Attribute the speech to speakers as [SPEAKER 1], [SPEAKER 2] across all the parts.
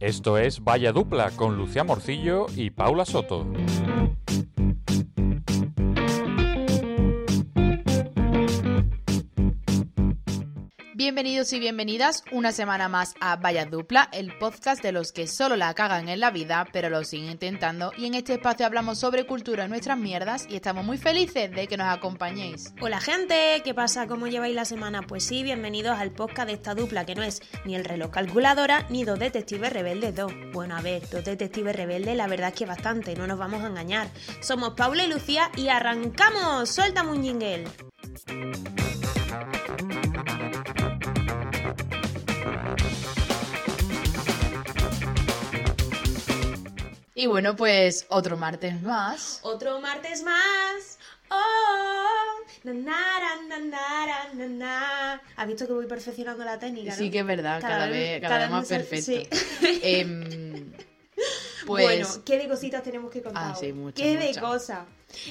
[SPEAKER 1] Esto es Vaya Dupla con Lucía Morcillo y Paula Soto.
[SPEAKER 2] Bienvenidos y bienvenidas una semana más a Vaya Dupla, el podcast de los que solo la cagan en la vida, pero lo siguen intentando. Y en este espacio hablamos sobre cultura y nuestras mierdas y estamos muy felices de que nos acompañéis.
[SPEAKER 3] Hola gente, ¿qué pasa? ¿Cómo lleváis la semana? Pues sí, bienvenidos al podcast de esta dupla que no es ni el reloj calculadora ni dos detectives rebeldes 2. Bueno, a ver, dos detectives rebeldes la verdad es que bastante, no nos vamos a engañar. Somos Paula y Lucía y arrancamos. Suelta un jingle.
[SPEAKER 2] Y bueno, pues otro martes más.
[SPEAKER 3] Otro martes más. Oh, na, na, ra, na, na, ra, na, na. ¿Has visto que voy perfeccionando la técnica? no?
[SPEAKER 2] Sí que es verdad, cada, vez, cada vez más
[SPEAKER 3] me
[SPEAKER 2] perfecto.
[SPEAKER 3] sale- sí.
[SPEAKER 2] Em, pues
[SPEAKER 3] Bueno, ¿qué de cositas tenemos que contar?
[SPEAKER 2] Ah, sí,
[SPEAKER 3] hoy?
[SPEAKER 2] muchas,
[SPEAKER 3] ¿Qué
[SPEAKER 2] muchas.
[SPEAKER 3] de cosas?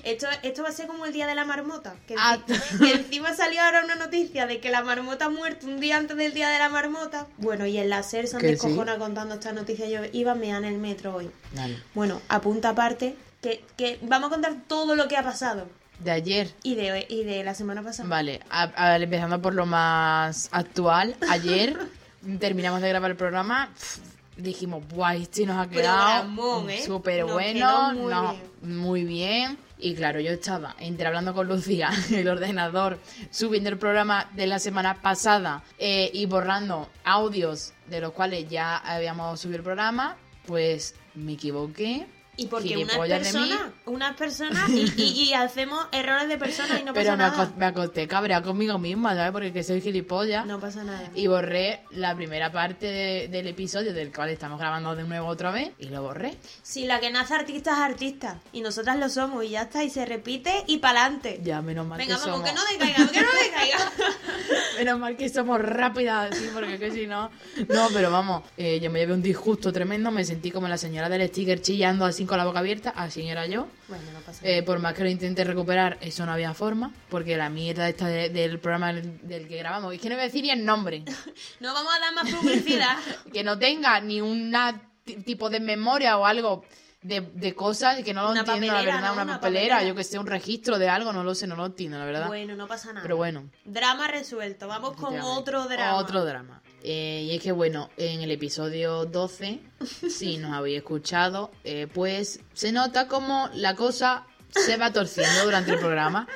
[SPEAKER 3] Esto, esto va a ser como el día de la marmota. Que,
[SPEAKER 2] Ah,
[SPEAKER 3] enci- que encima salió ahora una noticia de que la marmota ha muerto un día antes del día de la marmota. Bueno, y en la SER se han
[SPEAKER 2] Que sí.
[SPEAKER 3] descojonado contando esta noticia. Yo iba a mear en el metro hoy.
[SPEAKER 2] dale.
[SPEAKER 3] Bueno, apunta aparte que, que vamos a contar todo lo que ha pasado.
[SPEAKER 2] de ayer.
[SPEAKER 3] Y de, y de la semana pasada.
[SPEAKER 2] Vale, a- a- empezando por lo más actual. Ayer terminamos de grabar el programa. pff, Dijimos, guay, este nos ha quedado
[SPEAKER 3] Programón, ¿eh?
[SPEAKER 2] súper
[SPEAKER 3] Nos
[SPEAKER 2] bueno,
[SPEAKER 3] quedó muy
[SPEAKER 2] no- muy bien. Y claro, yo estaba entre hablando con Lucía en el ordenador, subiendo el programa de la semana pasada eh, y borrando audios de los cuales ya habíamos subido el programa, pues me equivoqué.
[SPEAKER 3] Y porque unas
[SPEAKER 2] gilipollas de mí.
[SPEAKER 3] personas, unas personas, y, y- y hacemos errores de personas y no pasa
[SPEAKER 2] pero me,
[SPEAKER 3] nada.
[SPEAKER 2] aco- me acosté cabreada conmigo misma, ¿sabes? Porque que soy gilipollas.
[SPEAKER 3] No pasa nada.
[SPEAKER 2] Y borré la primera parte de- del episodio del cual estamos grabando de nuevo otra vez y lo borré.
[SPEAKER 3] Si la que nace artista es artista, y nosotras lo somos, y ya está, y se repite y pa'lante.
[SPEAKER 2] Ya, menos mal
[SPEAKER 3] Venga,
[SPEAKER 2] que
[SPEAKER 3] vamos,
[SPEAKER 2] somos.
[SPEAKER 3] que no decaiga, que no decaiga.
[SPEAKER 2] Menos mal que somos rápidas, sí, porque que si no. No, pero vamos, eh, yo me llevé un disgusto tremendo, me sentí como la señora del sticker chillando así con la boca abierta, así era yo.
[SPEAKER 3] bueno, no pasa nada.
[SPEAKER 2] Eh, por más que lo intenté recuperar, eso no había forma, porque la mierda esta de- del programa del, del que grabamos, es que no voy a decir ni el nombre,
[SPEAKER 3] No vamos a dar más publicidad.
[SPEAKER 2] que no tenga ni un tipo de memoria o algo de, de cosas que no lo
[SPEAKER 3] Una
[SPEAKER 2] entiendo, la
[SPEAKER 3] papelera,
[SPEAKER 2] verdad,
[SPEAKER 3] ¿no?
[SPEAKER 2] una,
[SPEAKER 3] Una
[SPEAKER 2] papelera,
[SPEAKER 3] papelera.
[SPEAKER 2] yo que sé, un registro de algo, no lo sé, no lo entiendo, la verdad.
[SPEAKER 3] bueno, no pasa nada.
[SPEAKER 2] Pero bueno.
[SPEAKER 3] Drama resuelto, vamos con
[SPEAKER 2] efectivamente.
[SPEAKER 3] otro drama.
[SPEAKER 2] Otro drama. Eh, y es que bueno, en el episodio 12, si nos habéis escuchado, eh, pues se nota como la cosa se va torciendo durante el programa.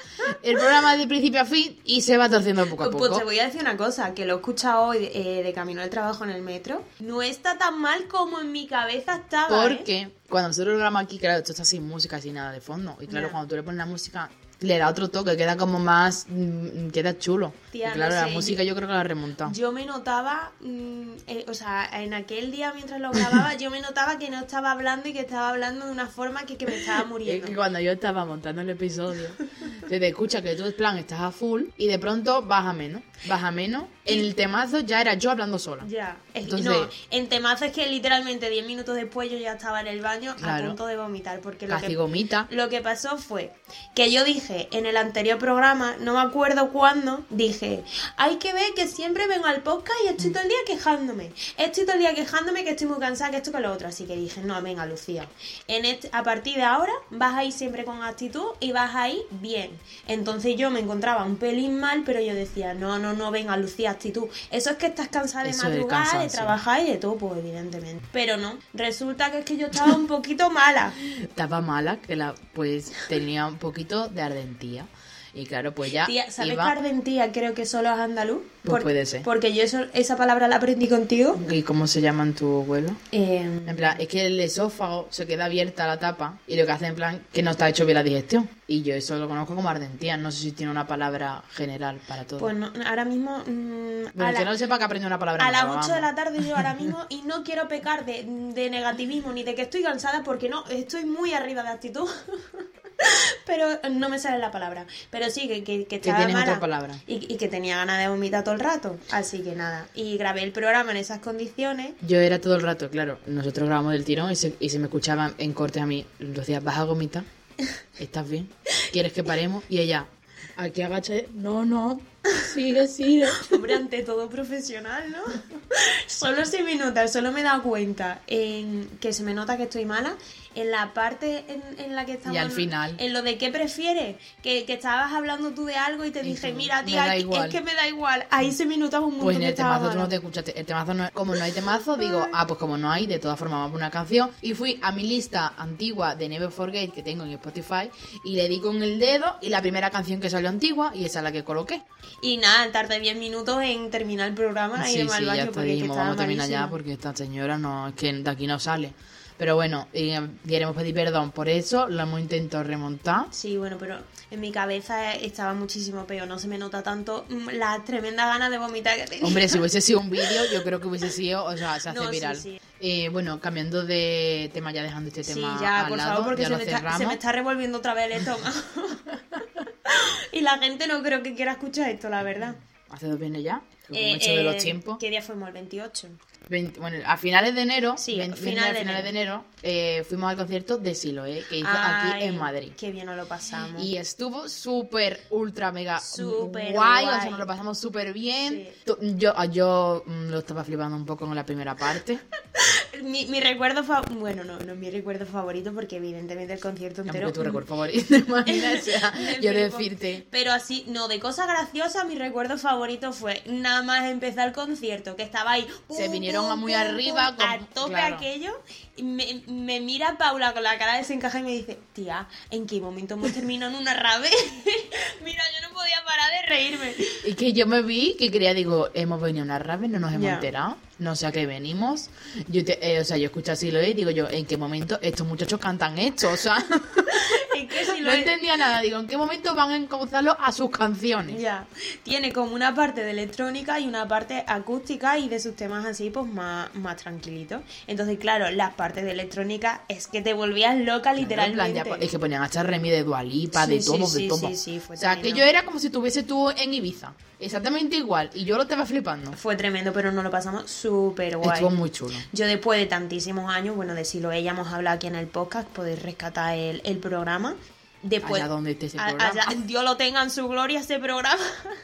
[SPEAKER 2] El programa es de principio a fin y se va torciendo poco a
[SPEAKER 3] Pues te
[SPEAKER 2] poco.
[SPEAKER 3] voy a decir una cosa, que lo he escuchado hoy eh, de camino al trabajo en el metro. No está tan mal como en mi cabeza estaba. ¿eh?
[SPEAKER 2] Porque cuando nosotros grabamos aquí, claro, esto está sin música, sin nada de fondo. Y claro,
[SPEAKER 3] Ya.
[SPEAKER 2] cuando tú le pones la música, le da otro toque, queda como más. mm, queda chulo.
[SPEAKER 3] Tía,
[SPEAKER 2] y claro,
[SPEAKER 3] no
[SPEAKER 2] la
[SPEAKER 3] sé,
[SPEAKER 2] música yo, creo que la ha remontado.
[SPEAKER 3] Yo me notaba, mm, eh, o sea, en aquel día mientras lo grababa, yo me notaba que no estaba hablando y que estaba hablando de una forma que, que me estaba
[SPEAKER 2] Es
[SPEAKER 3] muriendo.
[SPEAKER 2] que cuando yo estaba montando el episodio, se te escucha que tú, en plan, estás a full y de pronto baja menos, baja menos. En el temazo ya era yo hablando sola.
[SPEAKER 3] Ya, es que
[SPEAKER 2] Entonces-
[SPEAKER 3] no, en temazo es que literalmente 10 minutos después yo ya estaba en el baño
[SPEAKER 2] Claro.
[SPEAKER 3] a punto de vomitar, porque lo
[SPEAKER 2] Casi
[SPEAKER 3] que,
[SPEAKER 2] gomita.
[SPEAKER 3] lo que pasó fue que yo dije en el anterior programa, no me acuerdo cuándo, dije, hay que ver que siempre vengo al podcast y estoy todo el día quejándome. Estoy todo el día quejándome que estoy muy cansada, que esto, que lo otro. Así que dije, no, venga, Lucía, en este- a partir de ahora vas a ir siempre con actitud y vas a ir bien. Entonces yo me encontraba un pelín mal, pero yo decía, no, no, no, venga, Lucía, actitud. Eso es que estás cansada de
[SPEAKER 2] Eso es el
[SPEAKER 3] madrugar, de
[SPEAKER 2] cansancio.
[SPEAKER 3] trabajar y de todo, pues evidentemente. Pero no, resulta que es que yo estaba un poquito mala.
[SPEAKER 2] Estaba mala, que la pues tenía un poquito de ardentía. Y claro, pues ya
[SPEAKER 3] Tía, ¿sabes
[SPEAKER 2] iba-
[SPEAKER 3] que ardentía creo que solo es andaluz?
[SPEAKER 2] Pues puede ser.
[SPEAKER 3] Porque yo eso- esa palabra la aprendí contigo.
[SPEAKER 2] ¿Y cómo se llaman tu abuelo?
[SPEAKER 3] Eh,
[SPEAKER 2] En plan, es que el esófago se queda abierta la tapa y lo que hace en plan que no está hecho bien la digestión. Y yo eso lo conozco como ardentía, no sé si tiene una palabra general para todo.
[SPEAKER 3] pues no, ahora mismo... mm,
[SPEAKER 2] Bueno,
[SPEAKER 3] a
[SPEAKER 2] que
[SPEAKER 3] la-
[SPEAKER 2] no sepa que aprende una palabra
[SPEAKER 3] a las
[SPEAKER 2] nueva,
[SPEAKER 3] 8 de
[SPEAKER 2] vamos.
[SPEAKER 3] la tarde yo ahora mismo y no quiero pecar de, de negativismo ni de que estoy cansada porque no, estoy muy arriba de actitud. Pero no me sale la palabra. Pero sí, que, que, que
[SPEAKER 2] Que
[SPEAKER 3] estaba
[SPEAKER 2] tienes
[SPEAKER 3] mala.
[SPEAKER 2] otra palabra.
[SPEAKER 3] Y, y que tenía ganas de vomitar todo el rato. Así que nada. Y grabé el programa en esas condiciones.
[SPEAKER 2] Yo era todo el rato, claro, nosotros grabamos del tirón y se, y se me escuchaban en cortes a mí, Lucía, vas a gomitar, ¿estás bien? ¿Quieres que paremos? Y ella,
[SPEAKER 4] Aquí agaché. No, no. Sigue, sigue.
[SPEAKER 3] Hombre, ante todo profesional, ¿no? Solo se me nota, solo me he dado cuenta en que se me nota que estoy mala en la parte en, en la que estamos...
[SPEAKER 2] Y al final.
[SPEAKER 3] En lo de qué prefieres, que, que estabas hablando tú de algo y te
[SPEAKER 2] Y
[SPEAKER 3] dije,
[SPEAKER 2] tú,
[SPEAKER 3] mira,
[SPEAKER 2] me
[SPEAKER 3] tía,
[SPEAKER 2] da
[SPEAKER 3] es
[SPEAKER 2] igual".
[SPEAKER 3] que me da igual. Ahí se me notaba un montón
[SPEAKER 2] Pues en
[SPEAKER 3] que
[SPEAKER 2] el
[SPEAKER 3] estaba
[SPEAKER 2] temazo tú no
[SPEAKER 3] mala.
[SPEAKER 2] te escuchaste. El temazo no, como no hay temazo, digo, ah, pues como no hay, de todas formas vamos a poner una canción. Y fui a mi lista antigua de Never Forget que tengo en Spotify y le di con el dedo y la primera canción que salió antigua y esa es la que coloqué.
[SPEAKER 3] Y nada, tardé 10 minutos en terminar el programa y
[SPEAKER 2] Sí,
[SPEAKER 3] irme al
[SPEAKER 2] sí, ya
[SPEAKER 3] baño
[SPEAKER 2] está,
[SPEAKER 3] porque es que
[SPEAKER 2] dijimos,
[SPEAKER 3] estaba
[SPEAKER 2] vamos a terminar ya
[SPEAKER 3] malísima.
[SPEAKER 2] porque esta señora no, es que de aquí no sale. Pero bueno, eh, queremos pedir perdón por eso, lo hemos intentado remontar.
[SPEAKER 3] Sí, bueno, pero en mi cabeza estaba muchísimo peor. No se me nota tanto mm, la tremenda gana de vomitar que tenía.
[SPEAKER 2] Hombre, si hubiese sido un vídeo, yo creo que hubiese sido, o sea, se hace
[SPEAKER 3] No, sí,
[SPEAKER 2] viral.
[SPEAKER 3] sí.
[SPEAKER 2] Eh, bueno, cambiando de tema, ya dejando este
[SPEAKER 3] Sí,
[SPEAKER 2] tema
[SPEAKER 3] ya,
[SPEAKER 2] al
[SPEAKER 3] por
[SPEAKER 2] lado,
[SPEAKER 3] favor, porque
[SPEAKER 2] ya
[SPEAKER 3] se
[SPEAKER 2] lo
[SPEAKER 3] me, está,
[SPEAKER 2] cerramos.
[SPEAKER 3] se me está revolviendo otra vez el estómago. y la gente no creo que quiera escuchar esto, la verdad.
[SPEAKER 2] Hace dos viernes ya, como
[SPEAKER 3] Eh,
[SPEAKER 2] he hecho de los
[SPEAKER 3] eh,
[SPEAKER 2] tiempos.
[SPEAKER 3] ¿Qué día fuimos? El 28.
[SPEAKER 2] 20 bueno, a finales de enero,
[SPEAKER 3] Sí,
[SPEAKER 2] 20
[SPEAKER 3] final
[SPEAKER 2] finales,
[SPEAKER 3] de
[SPEAKER 2] finales de enero, eh, fuimos al concierto de Siloe, que hizo aquí
[SPEAKER 3] Ay,
[SPEAKER 2] en Madrid.
[SPEAKER 3] Qué bien nos lo pasamos.
[SPEAKER 2] Y estuvo súper, ultra, mega
[SPEAKER 3] Súper
[SPEAKER 2] guay, O
[SPEAKER 3] guay.
[SPEAKER 2] sea, nos lo pasamos súper bien.
[SPEAKER 3] Sí.
[SPEAKER 2] To- Yo, yo mm, lo estaba flipando un poco en la primera parte.
[SPEAKER 3] Mi, mi recuerdo favorito. Bueno, no, no es mi recuerdo favorito porque, evidentemente, el concierto entero.
[SPEAKER 2] Tampoco tu recuerdo favorito, imagina, o sea,
[SPEAKER 3] Me
[SPEAKER 2] yo
[SPEAKER 3] flipo.
[SPEAKER 2] decirte.
[SPEAKER 3] Pero así, no, de cosas graciosas, mi recuerdo favorito fue nada más empezar el concierto, que estaba ahí.
[SPEAKER 2] Se vinieron a muy arriba, con-
[SPEAKER 3] a tope
[SPEAKER 2] claro.
[SPEAKER 3] aquello. y Me, me mira Paula con la cara de desencaja y me dice: Tía, ¿en qué momento hemos terminado en una rave? Mira, yo no podía parar de reírme.
[SPEAKER 2] Y que yo me vi que quería, digo, hemos venido a una rave, no nos hemos
[SPEAKER 3] Ya.
[SPEAKER 2] enterado, no sé a qué venimos. Yo te- eh, o sea, yo escuché así lo y digo yo, ¿en qué momento estos muchachos cantan esto? O sea,
[SPEAKER 3] Es que si lo
[SPEAKER 2] no entendía nada, digo, ¿en qué momento van a encauzarlo a sus canciones?
[SPEAKER 3] Ya, tiene como una parte de electrónica y una parte acústica y de sus temas así, pues más, más tranquilitos. Entonces, claro, las partes de electrónica es que te volvías loca
[SPEAKER 2] Claro, en plan,
[SPEAKER 3] literalmente.
[SPEAKER 2] ya, pues, es que ponían hasta Remy de Dualipa, de
[SPEAKER 3] Sí,
[SPEAKER 2] todo,
[SPEAKER 3] sí,
[SPEAKER 2] de
[SPEAKER 3] sí,
[SPEAKER 2] todo.
[SPEAKER 3] sí, sí, fue
[SPEAKER 2] o sea, que
[SPEAKER 3] tremendo.
[SPEAKER 2] yo era como si estuviese tú en Ibiza. Exactamente igual. Y yo lo estaba flipando.
[SPEAKER 3] Fue tremendo, pero nos lo pasamos súper guay.
[SPEAKER 2] Estuvo muy chulo.
[SPEAKER 3] Yo después de tantísimos años, bueno, de si lo ella hemos hablado aquí en el podcast, podéis rescatar el, el programa. Después,
[SPEAKER 2] Allá donde esté ese
[SPEAKER 3] Eh, pues, a-
[SPEAKER 2] programa.
[SPEAKER 3] allá- Dios lo tenga en su gloria ese programa.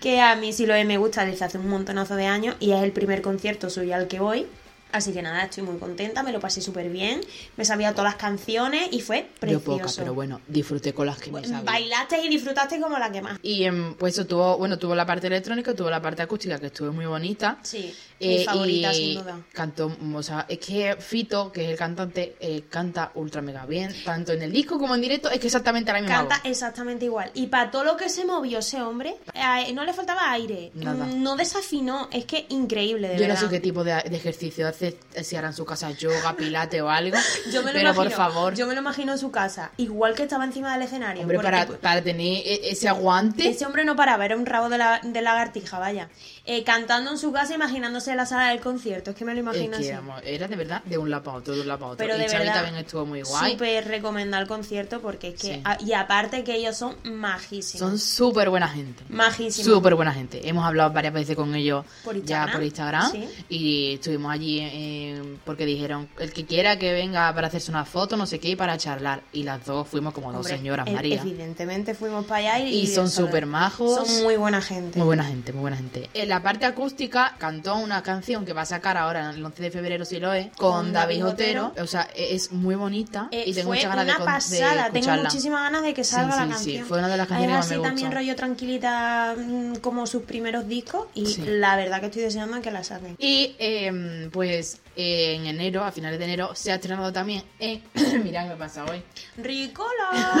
[SPEAKER 3] que a mí si lo me gusta desde hace un montonazo de años y es el primer concierto suyo al que voy. Así que nada, estoy muy contenta, me lo pasé súper bien, me sabía todas las canciones y fue
[SPEAKER 2] Yo
[SPEAKER 3] precioso. Pues,
[SPEAKER 2] pocas, pero bueno, disfruté con las que me sabía.
[SPEAKER 3] Bailaste y disfrutaste como la que más.
[SPEAKER 2] Y em, pues eso tuvo, bueno, tuvo la parte electrónica, tuvo la parte acústica que estuvo muy bonita.
[SPEAKER 3] Sí,
[SPEAKER 2] Eh,
[SPEAKER 3] mi favorita
[SPEAKER 2] y
[SPEAKER 3] sin duda.
[SPEAKER 2] Cantó, o sea, es que Fito, que es el cantante, eh, canta ultra mega bien, tanto en el disco como en directo, es que exactamente la misma
[SPEAKER 3] Canta
[SPEAKER 2] voz.
[SPEAKER 3] exactamente igual. Y para todo lo que se movió ese hombre, eh, no le faltaba aire.
[SPEAKER 2] Nada.
[SPEAKER 3] Mm, No desafinó. Es que increíble, de
[SPEAKER 2] Yo no
[SPEAKER 3] verdad.
[SPEAKER 2] sé qué tipo de, de ejercicio hace, eh, si hará en su casa yoga, pilate o algo.
[SPEAKER 3] Yo me lo
[SPEAKER 2] pero
[SPEAKER 3] imagino,
[SPEAKER 2] por favor,
[SPEAKER 3] Yo me lo imagino en su casa, igual que estaba encima del escenario.
[SPEAKER 2] hombre,
[SPEAKER 3] porque,
[SPEAKER 2] para,
[SPEAKER 3] pues,
[SPEAKER 2] para tener e- ese aguante.
[SPEAKER 3] Ese hombre no paraba, era un rabo de, la, de lagartija, vaya. Eh, cantando en su casa, imaginándose la sala del concierto. Es que me lo
[SPEAKER 2] es
[SPEAKER 3] imagino
[SPEAKER 2] que,
[SPEAKER 3] así.
[SPEAKER 2] vamos, era de verdad de un lado para otro, de un lado para otro.
[SPEAKER 3] Pero
[SPEAKER 2] y
[SPEAKER 3] de
[SPEAKER 2] Xavi
[SPEAKER 3] verdad,
[SPEAKER 2] también estuvo muy guay.
[SPEAKER 3] Súper recomendar el concierto porque es que.
[SPEAKER 2] Sí.
[SPEAKER 3] a- y aparte que ellos son majísimos.
[SPEAKER 2] Son súper buena gente.
[SPEAKER 3] majísimos.
[SPEAKER 2] Súper buena gente. Hemos hablado varias veces con ellos
[SPEAKER 3] Por
[SPEAKER 2] ya
[SPEAKER 3] Instagram,
[SPEAKER 2] por Instagram.
[SPEAKER 3] sí.
[SPEAKER 2] Y estuvimos allí eh, porque dijeron, el que quiera que venga para hacerse una foto, no sé qué, y para charlar. Y las dos fuimos como dos
[SPEAKER 3] Hombre,
[SPEAKER 2] señoras,
[SPEAKER 3] e-
[SPEAKER 2] María.
[SPEAKER 3] Evidentemente fuimos para allá y.
[SPEAKER 2] Y son súper majos.
[SPEAKER 3] Son muy buena gente.
[SPEAKER 2] Muy buena gente, muy buena gente. En la parte acústica cantó una canción que va a sacar ahora el 11 de febrero, si lo es, con,
[SPEAKER 3] Con
[SPEAKER 2] David,
[SPEAKER 3] David
[SPEAKER 2] Otero.
[SPEAKER 3] Otero.
[SPEAKER 2] O sea, e- es muy bonita
[SPEAKER 3] Eh,
[SPEAKER 2] y tengo
[SPEAKER 3] fue
[SPEAKER 2] muchas ganas de
[SPEAKER 3] una
[SPEAKER 2] con- de,
[SPEAKER 3] pasada, tengo
[SPEAKER 2] escucharla.
[SPEAKER 3] muchísimas ganas de que
[SPEAKER 2] Sí,
[SPEAKER 3] salga
[SPEAKER 2] sí,
[SPEAKER 3] la
[SPEAKER 2] sí,
[SPEAKER 3] canción.
[SPEAKER 2] fue una de las canciones que
[SPEAKER 3] Es
[SPEAKER 2] más
[SPEAKER 3] así
[SPEAKER 2] me
[SPEAKER 3] también
[SPEAKER 2] gustó.
[SPEAKER 3] rollo tranquilita mm, como sus primeros discos y
[SPEAKER 2] Sí.
[SPEAKER 3] la verdad que estoy deseando que la saquen.
[SPEAKER 2] Y eh, pues eh, en enero, a finales de enero, se ha estrenado también en. Mirad qué me pasa hoy.
[SPEAKER 3] Ricola.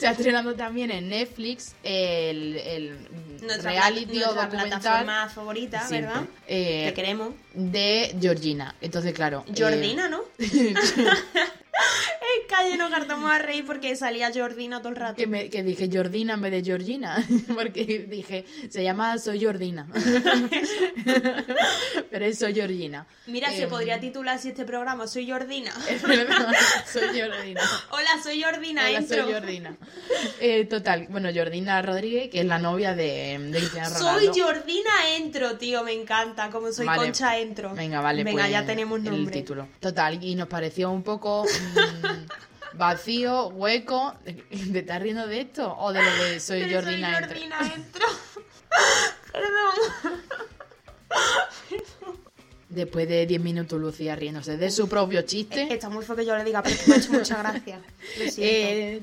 [SPEAKER 2] Se ha estrenado también en Netflix el, el
[SPEAKER 3] Nuestra,
[SPEAKER 2] reality
[SPEAKER 3] pla-
[SPEAKER 2] o
[SPEAKER 3] nuestra
[SPEAKER 2] documental
[SPEAKER 3] plataforma favorita,
[SPEAKER 2] siempre,
[SPEAKER 3] ¿verdad?
[SPEAKER 2] eh,
[SPEAKER 3] Te queremos.
[SPEAKER 2] de Georgina. Entonces, claro. eh,
[SPEAKER 3] Jordina, ¿no? en calle nos cartamos a reír porque salía Jordina todo el rato.
[SPEAKER 2] que, me- que dije Jordina en vez de Georgina, porque dije, se llama Soy Jordina. Pero es Soy Georgina.
[SPEAKER 3] Mira, se
[SPEAKER 2] Em,
[SPEAKER 3] podría titular si este programa Soy Jordina.
[SPEAKER 2] es verdad, soy Jordina.
[SPEAKER 3] Hola, soy Jordina.
[SPEAKER 2] Hola,
[SPEAKER 3] intro.
[SPEAKER 2] soy Jordina. Eh, total, bueno, Jordina Rodríguez, que es la novia de, de Cristiano
[SPEAKER 3] Soy
[SPEAKER 2] Ronaldo.
[SPEAKER 3] Jordina Entro, tío, me encanta. Como soy
[SPEAKER 2] Vale.
[SPEAKER 3] Concha Entro.
[SPEAKER 2] Venga, vale,
[SPEAKER 3] Venga,
[SPEAKER 2] pues,
[SPEAKER 3] ya tenemos nombre.
[SPEAKER 2] El título. Total, y nos pareció un poco. mm, vacío, hueco. ¿Te estás riendo de esto? ¿O de lo de soy
[SPEAKER 3] Pero
[SPEAKER 2] Jordi Naentro?
[SPEAKER 3] Jordi Naentro. Perdón.
[SPEAKER 2] Después de 10 minutos Lucía riéndose de su propio chiste.
[SPEAKER 3] Está muy feo que yo le diga, pero es que me ha hecho mucha gracia. Lo siento.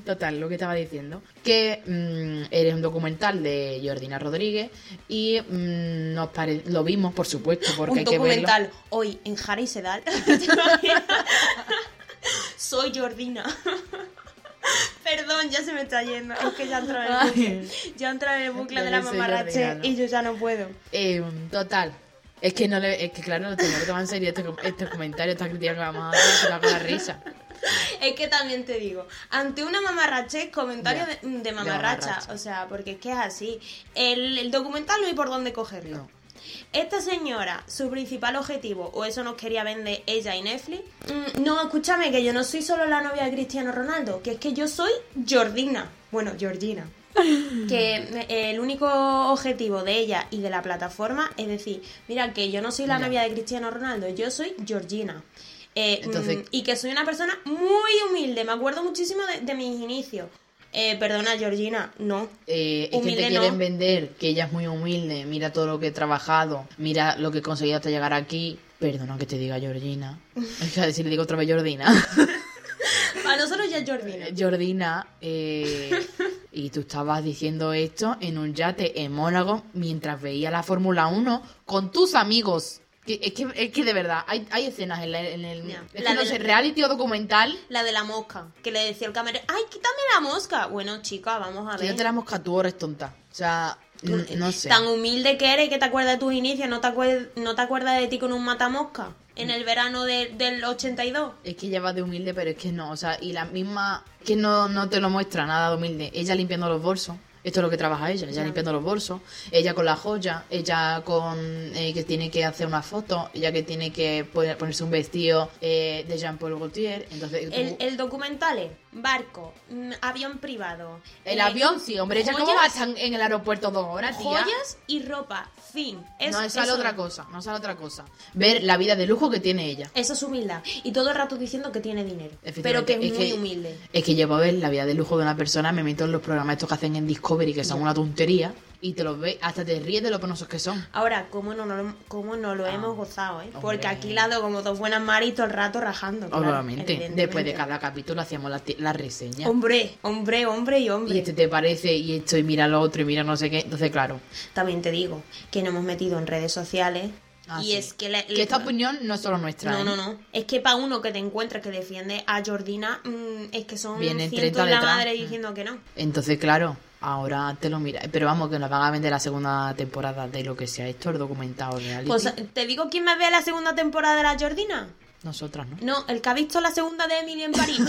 [SPEAKER 2] Eh, total, lo que estaba diciendo, que mm, eres un documental de Jordina Rodríguez y mm, nos pare- lo vimos, por supuesto, porque
[SPEAKER 3] Un
[SPEAKER 2] hay que verlo.
[SPEAKER 3] documental hoy en Jara y Sedal. Soy Jordina. Perdón, ya se me está yendo. Es que ya he entrado en el bucle. Ya he entrado en el bucle de la
[SPEAKER 2] Yo soy
[SPEAKER 3] mamarrache
[SPEAKER 2] Jordina, ¿no?
[SPEAKER 3] y yo ya no puedo.
[SPEAKER 2] Eh, total. Es que no le, es que claro, no tengo que tomar en serio este, com- este comentario, esta crítica que vamos a hacer, se va con la risa.
[SPEAKER 3] Es que también te digo, ante una mamarrache, comentario
[SPEAKER 2] Ya,
[SPEAKER 3] de, de
[SPEAKER 2] de
[SPEAKER 3] mamarracha.
[SPEAKER 2] mamarracha.
[SPEAKER 3] O sea, porque es que es así. El, el documental no hay por dónde cogerlo.
[SPEAKER 2] No.
[SPEAKER 3] Esta señora, su principal objetivo, o eso nos quería vender ella y Netflix. mm, no, escúchame, que yo no soy solo la novia de Cristiano Ronaldo, que es que yo soy Jordina. Bueno, Georgina. Que eh, el único objetivo de ella y de la plataforma es decir, mira, que yo no soy la
[SPEAKER 2] Ya.
[SPEAKER 3] novia de Cristiano Ronaldo, yo soy Georgina. Eh,
[SPEAKER 2] Entonces-
[SPEAKER 3] mm, y que soy una persona muy humilde, me acuerdo muchísimo de, de mis inicios. Eh, perdona, Georgina, no.
[SPEAKER 2] Eh, es que
[SPEAKER 3] Humilde
[SPEAKER 2] te
[SPEAKER 3] no.
[SPEAKER 2] quieren vender que ella es muy humilde, mira todo lo que he trabajado, mira lo que he conseguido hasta llegar aquí. Perdona que te diga Georgina. Es que si le digo otra vez Jordina.
[SPEAKER 3] A nosotros ya es Georgina.
[SPEAKER 2] Eh, Jordina, eh, y tú estabas diciendo esto en un yate en Mónaco mientras veía la Fórmula 1 con tus amigos. Que- Es que, es que de verdad, hay, hay escenas en, la- en el
[SPEAKER 3] Ya.
[SPEAKER 2] es
[SPEAKER 3] La
[SPEAKER 2] que no
[SPEAKER 3] del-
[SPEAKER 2] sé, reality o documental.
[SPEAKER 3] La de la mosca, que le decía el camarero, ¡ay, quítame la mosca! Bueno, chica, vamos a ver.
[SPEAKER 2] Quítate la mosca, tú eres tonta. O sea,
[SPEAKER 3] Tú,
[SPEAKER 2] n- no sé.
[SPEAKER 3] Tan humilde que eres que te acuerdas de tus inicios, no te, acuer- no te acuerdas de ti con un matamosca en el verano de- del 82.
[SPEAKER 2] Es que ella va de humilde, pero es que no. O sea, y la misma que no, no te lo muestra nada de humilde. Ella limpiando los bolsos. Esto es lo que trabaja ella, ella
[SPEAKER 3] Ya.
[SPEAKER 2] limpiando los bolsos, ella con la joya, ella con eh, que tiene que hacer una foto, ella que tiene que poner- ponerse un vestido eh, de Jean-Paul Gaultier. Entonces, tú-
[SPEAKER 3] El, el documental es barco, mm, avión privado.
[SPEAKER 2] el
[SPEAKER 3] eh,
[SPEAKER 2] avión, sí, hombre, ella cómo va a
[SPEAKER 3] joyas-
[SPEAKER 2] estar en el aeropuerto dos horas, tía.
[SPEAKER 3] Joyas y ropa, fin. Es-
[SPEAKER 2] no, esa es
[SPEAKER 3] eso-
[SPEAKER 2] otra cosa, no sale otra cosa. Ver la vida de lujo que tiene ella.
[SPEAKER 3] Eso es humildad. Y todo el rato diciendo que tiene dinero. Pero
[SPEAKER 2] Efectivamente,
[SPEAKER 3] que es, muy humilde.
[SPEAKER 2] Es que llevo a ver la vida de lujo de una persona, me meto en los programas estos que hacen en Discovery, que son una tontería, y te los ves, hasta te ríes de lo penosos que son.
[SPEAKER 3] Ahora, ¿cómo no, no, cómo no lo
[SPEAKER 2] Ah,
[SPEAKER 3] hemos gozado, eh?
[SPEAKER 2] hombre.
[SPEAKER 3] Porque aquí la hago como dos buenas maris todo el rato rajando. claro,
[SPEAKER 2] Obviamente, después de
[SPEAKER 3] evidentemente.
[SPEAKER 2] cada capítulo hacíamos la, ti- la reseña.
[SPEAKER 3] Hombre, hombre, hombre y hombre.
[SPEAKER 2] Y este te parece, y esto, y mira lo otro, y mira no sé qué. Entonces, claro.
[SPEAKER 3] También te digo que nos hemos metido en redes sociales.
[SPEAKER 2] Ah,
[SPEAKER 3] y
[SPEAKER 2] sí.
[SPEAKER 3] es que... la-
[SPEAKER 2] Que esta opinión no es solo nuestra.
[SPEAKER 3] No,
[SPEAKER 2] ¿eh?
[SPEAKER 3] no, no. Es que para uno que te encuentra que defiende a Jordina, mm, es que son
[SPEAKER 2] Vienen
[SPEAKER 3] cientos
[SPEAKER 2] 30
[SPEAKER 3] la
[SPEAKER 2] detrás.
[SPEAKER 3] madre
[SPEAKER 2] Mm.
[SPEAKER 3] diciendo que no.
[SPEAKER 2] Entonces, claro, ahora te lo mira. Pero vamos, que nos van a vender la segunda temporada de lo que sea esto, el documentado reality.
[SPEAKER 3] Pues te digo quién me ve la segunda temporada de la Jordina.
[SPEAKER 2] Nosotras, ¿no?
[SPEAKER 3] No, el que ha visto la segunda de Emily en París.